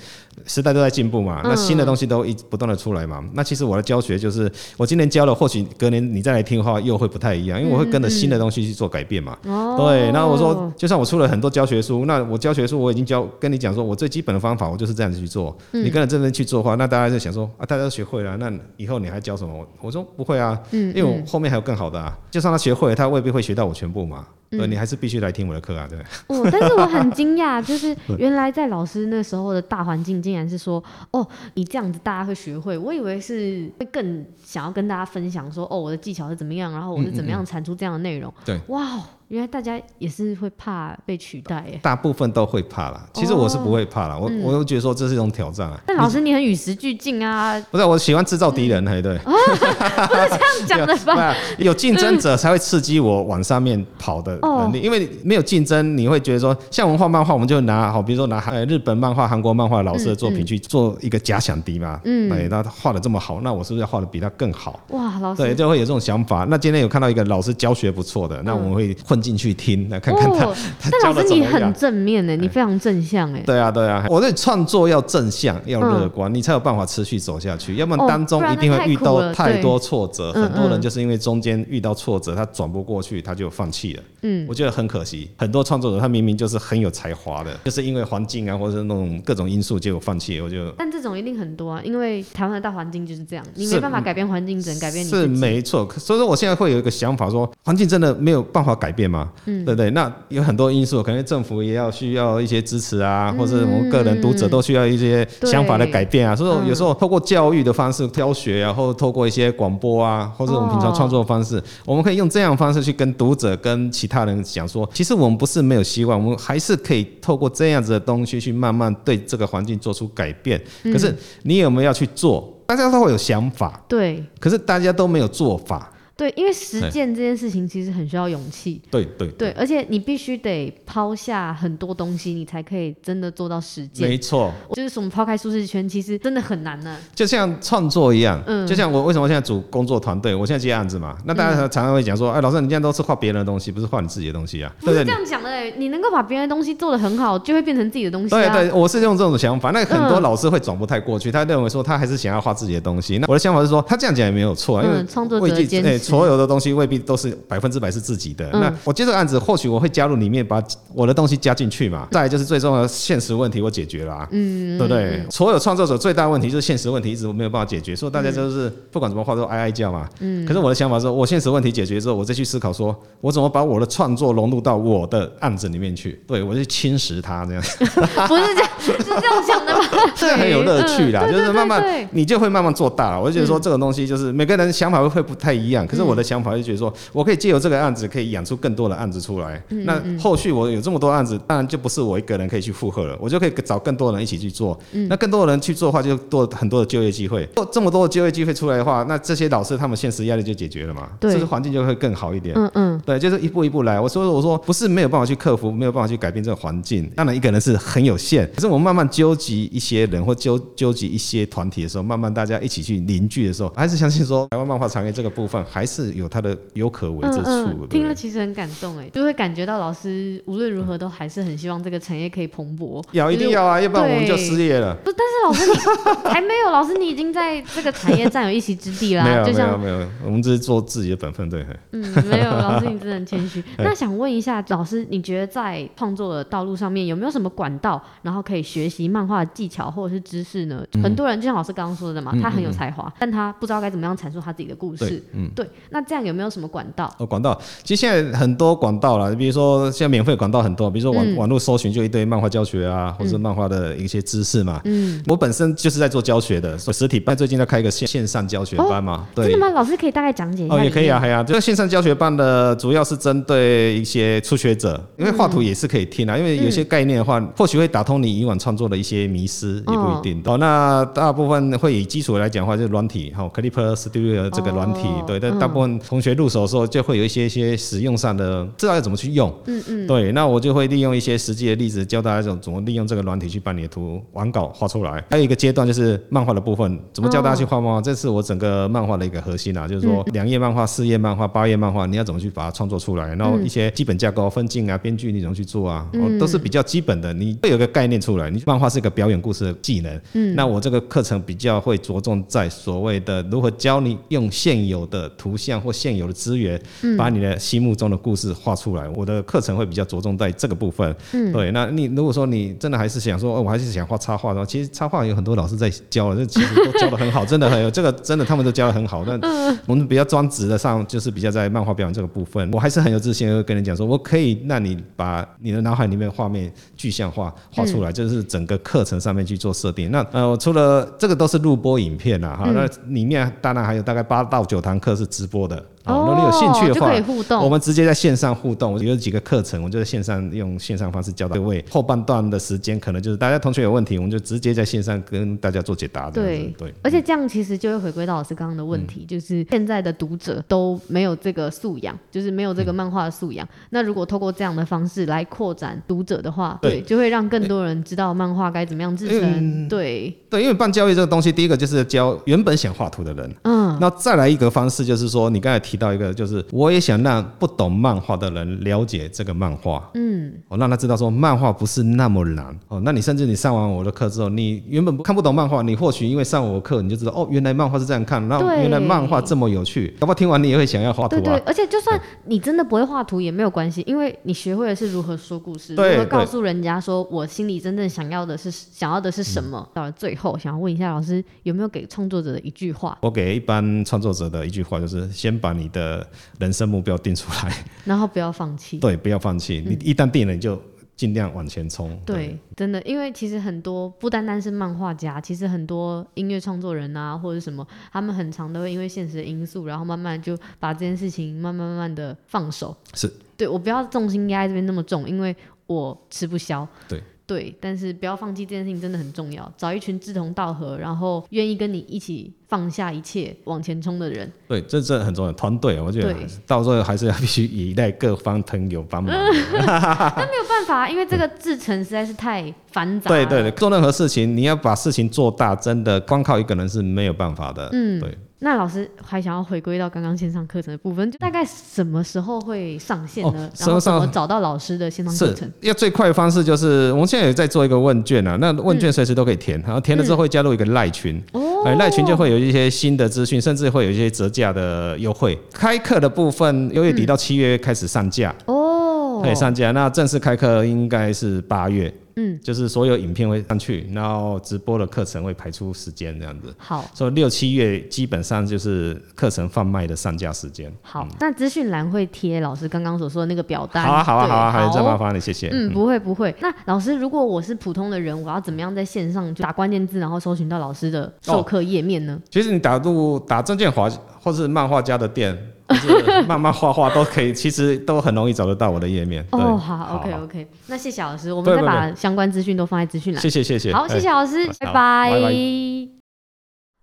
S2: 时代都在进步嘛，
S1: 嗯
S2: 那新的东西都一不断的出来嘛。那其实我的教学就是，我今年教了，或许隔年你再来听的话，又会不太一样，因为我会跟着
S1: 嗯
S2: 新的东西去做改变嘛。
S1: 哦，
S2: 对，那我说，就算我出了很多教学书，那我教学书我已经教跟你讲说，我最基本的方法我就是这样子去做。你跟着这边去做的话，那大家就想说啊，大家都学会了，那以后你还教什么？我我说不会啊，因为我后面还有更好的啊。就算他学会了，他未必会学到我全部嘛。对，你还是必须来听我的课啊，对。
S1: 哦，但是我很惊
S2: [LAUGHS]
S1: 讶，就是
S2: 嗯
S1: 原来在老师那时候的大环境，竟然是说，哦，你这样子大家会学会。我以为是会更想要跟大家分享说，哦，我的技巧是怎么样，然后我是怎么样产出这样的内容。
S2: 嗯对
S1: 哇哦，原来大家也是会怕被取代耶。
S2: 大部分都会怕啦，其实我是不会怕啦，我我都觉得说这是一种挑战啊。
S1: 但老师你很与时俱进
S2: [LAUGHS]
S1: 啊，
S2: 不是，我喜欢制造敌人，嘿，对。
S1: 不是这样讲的
S2: 对
S1: 吧？ [LAUGHS]
S2: 啊，有竞争者才会刺激我往上面跑的能
S1: 哦
S2: 力，因为没有竞争，你会觉得说，像文化漫画，我们就拿好，比如说拿呃日本漫画、韩国漫画老师的作品去做一个假想敌嘛，嗯，对，那他画的这么好，那我是不是要画的比他更好？
S1: 哇，老
S2: 对，
S1: 师。
S2: 就会有这种想法。那今天有看到一个老师教学不错的，那我们会混进去听，来看看他、
S1: 嗯哦，
S2: 他
S1: 但
S2: 教
S1: 老
S2: 的
S1: 师
S2: 怎
S1: 你
S2: 么样
S1: 很。正面呢，你非常正向哎。
S2: 对啊，对啊，我对创作要正向，要乐观，你才有办法持续走下去，要不
S1: 哦
S2: 然当中
S1: 不然
S2: 一定
S1: 那
S2: 会
S1: 太
S2: 遇
S1: 苦
S2: 到
S1: 了
S2: 太
S1: 对
S2: 多挫折。
S1: 嗯
S2: 很多
S1: 嗯
S2: 人就是因为中间遇到挫折，他转不过去，他就放弃了。嗯，我觉得很可惜，很多创作者他明明就是很有才华的，就是因为环境啊，或者是那种各种因素，结果放弃了，我就
S1: 但这种一定很多啊，因为台湾的大环境就是这样，你
S2: 是
S1: 没办法改变环境，只能改变你
S2: 是
S1: 自己。
S2: 没错，可所以说我现在会有一个想法说，环境真的没有办法改变变嘛，嗯，对不对？那有很多因素，可能政府也要需要一些支持啊，
S1: 嗯
S2: 或者我们个人读者都需要一些想法的改变啊。所以有时候透过教育的方式教学、啊，然后透过一些广播啊，或者我们平常创作的方
S1: 哦
S2: 式，我们可以用这样的方式去跟读者、跟其他人讲说，其实我们不是没有希望，我们还是可以透过这样子的东西去慢慢对这个环境做出改变。
S1: 嗯
S2: 可是你有没有要去做？大家都会有想法，
S1: 对
S2: 可是大家都没有做法。
S1: 对，因为实践这件事情其实很需要勇气。
S2: 对对
S1: 对，，而且你必须得抛下很多东西，你才可以真的做到实践。
S2: 没错，
S1: 就是什么抛开舒适圈，其实真的很难呢、啊
S2: 就像创作一样，
S1: 嗯
S2: 就像我为什么现在组工作团队，我现在接案子嘛，那大家常常会讲说，哎，老师，你现在都是画别人的东西，不是画你自己的东西啊，
S1: 不
S2: 对
S1: 是
S2: 不
S1: 这
S2: 对？
S1: 样讲的、欸，你能够把别人的东西做得很好，就会变成自己的东西、啊。
S2: 对对，我是用这种想法。那很多
S1: 嗯
S2: 老师会转不太过去，他认为说他还是想要画自己的东西。那我的想法是说，他这样讲也没有错，因为
S1: 嗯创作者
S2: 未必
S1: 坚
S2: 哎
S1: 持
S2: 所有的东西未必都是百分之百是自己的。
S1: 嗯
S2: 那我接这个案子，或许我会加入里面，把我的东西加进去嘛。再来就是最重要的现实问题，我解决了、啊。
S1: 嗯，
S2: 对不对
S1: 嗯？？
S2: 所有创作者最大的问题就是现实问题一直没有办法解决，所以大家就是不管怎么画都哀哀叫嘛。嗯。可是我的想法是，我现实问题解决之后，我再去思考说，我怎么把我的创作融入到我的案子里面去？对我就侵蚀它这样，
S1: [LAUGHS] 不是这样，是这样讲的吗？
S2: [LAUGHS] 这样很有乐趣啦。
S1: 嗯对
S2: 就是慢慢
S1: 对对对嗯
S2: 你就会慢慢做大。我就觉得说这个东西就是每个人想法会会不太一样，可是我的想法就觉得说，我可以借由这个案子可以养出更多的案子出来。
S1: 嗯
S2: 那后续我有这么多案子，当然就不是我一个人可以去负荷了，我就可以找更多人一起去做。
S1: 嗯
S2: 那更多人去做的话，就多很多的就业机会。做这么多的就业机会出来的话，那这些老师他们现实压力就解决了嘛，
S1: 对
S2: 这个环境就会更好一点。
S1: 嗯嗯，
S2: 对，就是一步一步来。我说，我说不是没有办法去克服，没有办法去改变这个环境。当然，一个人是很有限，可是我们慢慢纠集一些人或纠纠集一些团体的时候，慢慢大家一起去凝聚的时候，还是相信说台湾漫画产业这个部分还是有它的有可为之处。
S1: 嗯嗯、
S2: 对
S1: 听
S2: 不
S1: 了
S2: 对？嗯
S1: 其实很感动哎，就会感觉到老师无论如何都还是很希望这个产业可以蓬勃。
S2: 要一定要啊，要不然我们就失业了。
S1: 不，但是老师你 [LAUGHS] 还没有，老师你已经在这个产业占有一席之地啦。
S2: 没有
S1: 就
S2: 没有
S1: 像
S2: 没有，我们只是做自己的本分，对。
S1: 嗯，没
S2: [LAUGHS]
S1: 有，老师你真的很谦虚。那想问一下，老师你觉得在创作的道路上面有没有什么管道，然后可以学习漫画的技巧或者是知识呢？
S2: 嗯
S1: 很多人就像老师刚刚说的嘛，他很有才华，但他不知道该怎么样阐述他自己的故事。嗯，对。那这样有没有什么管道？
S2: 哦，广告，其实现在很多广告啦，比如说现在免费广告很多，比如说网、
S1: 嗯
S2: 网络搜寻就一堆漫画教学啊，或者是漫画的一些知识嘛。
S1: 嗯，
S2: 我本身就是在做教学的，所以实体班最近在开一个线线上教学班嘛，
S1: 哦嗯真
S2: 对
S1: 的。吗？老师可以大概讲解一下？
S2: 哦，也可以啊，。可以啊。这个线上教学班的主要是针对一些初学者，因为画图也是可以听
S1: 嗯
S2: 啊，因为有些概念的话，或许会打通你以往创作的一些迷失，也不一定。哦，那大部分会以基础来讲的话，就是软体，哈、c l i p p e r Studio 这个软体，
S1: 哦
S2: 对，但大部分同学入手的时候就会有一些一些使用上的，知道要怎么去用。
S1: 嗯嗯，
S2: 对，那我就会利用一些实际的例子，教大家怎怎么利用这个软体去把你的图完稿画出来。还有一个阶段就是漫画的部分，怎么教大家去画
S1: 哦
S2: 漫画，这是我整个漫画的一个核心啊，就是说
S1: 嗯
S2: 两页漫画、四页漫画、八页漫画，你要怎么去把它创作出来，然
S1: 嗯
S2: 后一些基本架构、分镜啊、编剧你怎么去做啊，哦都是比较基本的，你会有个概念出来。你漫画是一个表演故事的技能，那我这个课程比较会着重在所谓的如何教你用现有的图像或现有的资源，把你的心目中的故事画出来。我的课程会比较着重在这个部分。
S1: 嗯
S2: 对，那你如果说你真的还是想说，哦，我还是想画插画的话，其实插画有很多老师在教了，这其实都教的很好，真的很有这个真的他们都教的
S1: [LAUGHS]
S2: 很好。但
S1: 嗯
S2: 我们比较专职的上，就是比较在漫画表演这个部分，我还是很有自信地会跟你讲说，我可以让你把你的脑海里面的画面具象化画
S1: 嗯
S2: 出来，这、是整个课程上面去做设定。那呃，我除了这个都是录播影片啊啦，哈，
S1: 嗯
S2: 那里面当然还有大概八到九堂课是直播的。好，那你有兴趣的
S1: 哦就
S2: 话
S1: 可以，互
S2: 我
S1: 动。
S2: 们直接在线上互动，我有几个课程，我就在线上用线上方式教到各位。后半段的时间可能就是大家同学有问题，我们就直接在线上跟大家做解答这样子。
S1: 对
S2: 对，
S1: 而且这样其实就会回归到老师刚刚的问
S2: 嗯
S1: 题，就是现在的读者都没有这个素养，就是没有这个漫画的素养。
S2: 嗯
S1: 那如果透过这样的方式来扩展读者的话，
S2: 对嗯
S1: 对，就会让更多人知道漫画该怎么样制成。对，
S2: 对，因为办教育这个东西，第一个就是教原本想画图的人，
S1: 嗯，
S2: 那再来一个方式就是说，你刚才提到一个，就是我也想让不懂漫画的人了解这个漫画，
S1: 嗯，
S2: 哦，让他知道说漫画不是那么难哦。那你甚至你上完我的课之后，你原本不看不懂漫画，你或许因为上我的课，你就知道哦，原来漫画是这样看，那
S1: 对
S2: 原来漫画这么有趣，搞不好听完你也会想要画图
S1: 对对
S2: 啊。，
S1: 而且就算你真的不会画图也没有关系，因为你学会的是如何说故事，
S2: 对
S1: 如何告
S2: 对
S1: 诉人家说我心里真正想要的是想要的是什
S2: 嗯
S1: 么。到了最后，想要问一下老师有没有给创作者的一句话？
S2: 我给一般创作者的一句话就是：先把你你的人生目标定出来， [LAUGHS]
S1: 然后不要放弃。
S2: 对，不要放弃。你一旦定了，你就尽量往前冲。
S1: 嗯对，真的，因为其实很多不单单是漫画家，其实很多音乐创作人啊，或者什么，他们很常都会因为现实的因素，然后慢慢就把这件事情慢慢慢慢的放手。
S2: 是，
S1: 对我不要重心压在这边那么重，因为我吃不消。
S2: 对。
S1: 对，但是不要放弃这件事情真的很重要。找一群志同道合，然后愿意跟你一起放下一切往前冲的人。
S2: 对，这这很重要。团队，我觉得
S1: 对
S2: 到最后还是要必须依赖各方朋友
S1: [LAUGHS]
S2: 帮忙。
S1: 嗯没有办法，因为这个制成实在是太繁杂。
S2: 对对对，。做任何事情，你要把事情做大，真的光靠一个人是没有办法的。
S1: 嗯
S2: 对。
S1: 那老师还想要回归到刚刚线上课程的部分，就大概什么时候会上线呢？
S2: 哦
S1: 然后
S2: 什
S1: 怎
S2: 么
S1: 么找到老师的线上课
S2: 是
S1: 程？
S2: 要最快的方式就是，我们现在也在做一个问卷啊，那
S1: 嗯
S2: 问卷随时都可以填，然后填了之后会加入一个赖群，
S1: 哦
S2: 哎、赖群就会有一些新的资讯，甚至会有一些折价的优惠。开课的部分
S1: 嗯
S2: 六月底到七月开始上架，
S1: 哦，
S2: 可以上架。那正式开课应该是八月，
S1: 嗯，
S2: 就是所有影片会上去，然后直播的课程会排出时间这样子。
S1: 好
S2: 所以六七月基本上就是课程贩卖的上架时间。
S1: 好，那资讯栏会贴老师刚刚所说的那个表
S2: 嗯好
S1: 单。
S2: 啊，好啊，好啊，好
S1: 对哦
S2: 啊，再麻。烦你，谢谢。
S1: 嗯，不会不会。那老师，如果我是普通的人，我要怎么样在线上就打关键字，然后搜寻到老师的授课页面呢？
S2: 其实你打入打证券华或是漫画家的店，或是漫漫画画都可以，其实都很容易找得到我的页面。对
S1: 哦，好，OK OK。那谢谢老师，我
S2: 不
S1: 们再
S2: 会不会
S1: 把相关资讯都放在资讯栏。
S2: 谢谢谢谢，
S1: 好，谢谢
S2: 哎
S1: 老师，
S2: 好
S1: 拜拜。
S2: 拜拜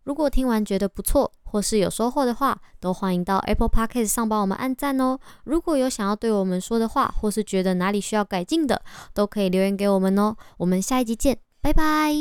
S1: 如果听完觉得不错，或是有收获的话，都欢迎到 Apple Podcast 上帮我们按赞哦。如果有想要对我们说的话，或是觉得哪里需要改进的，都可以留言给我们哦。我们下一集见，拜拜。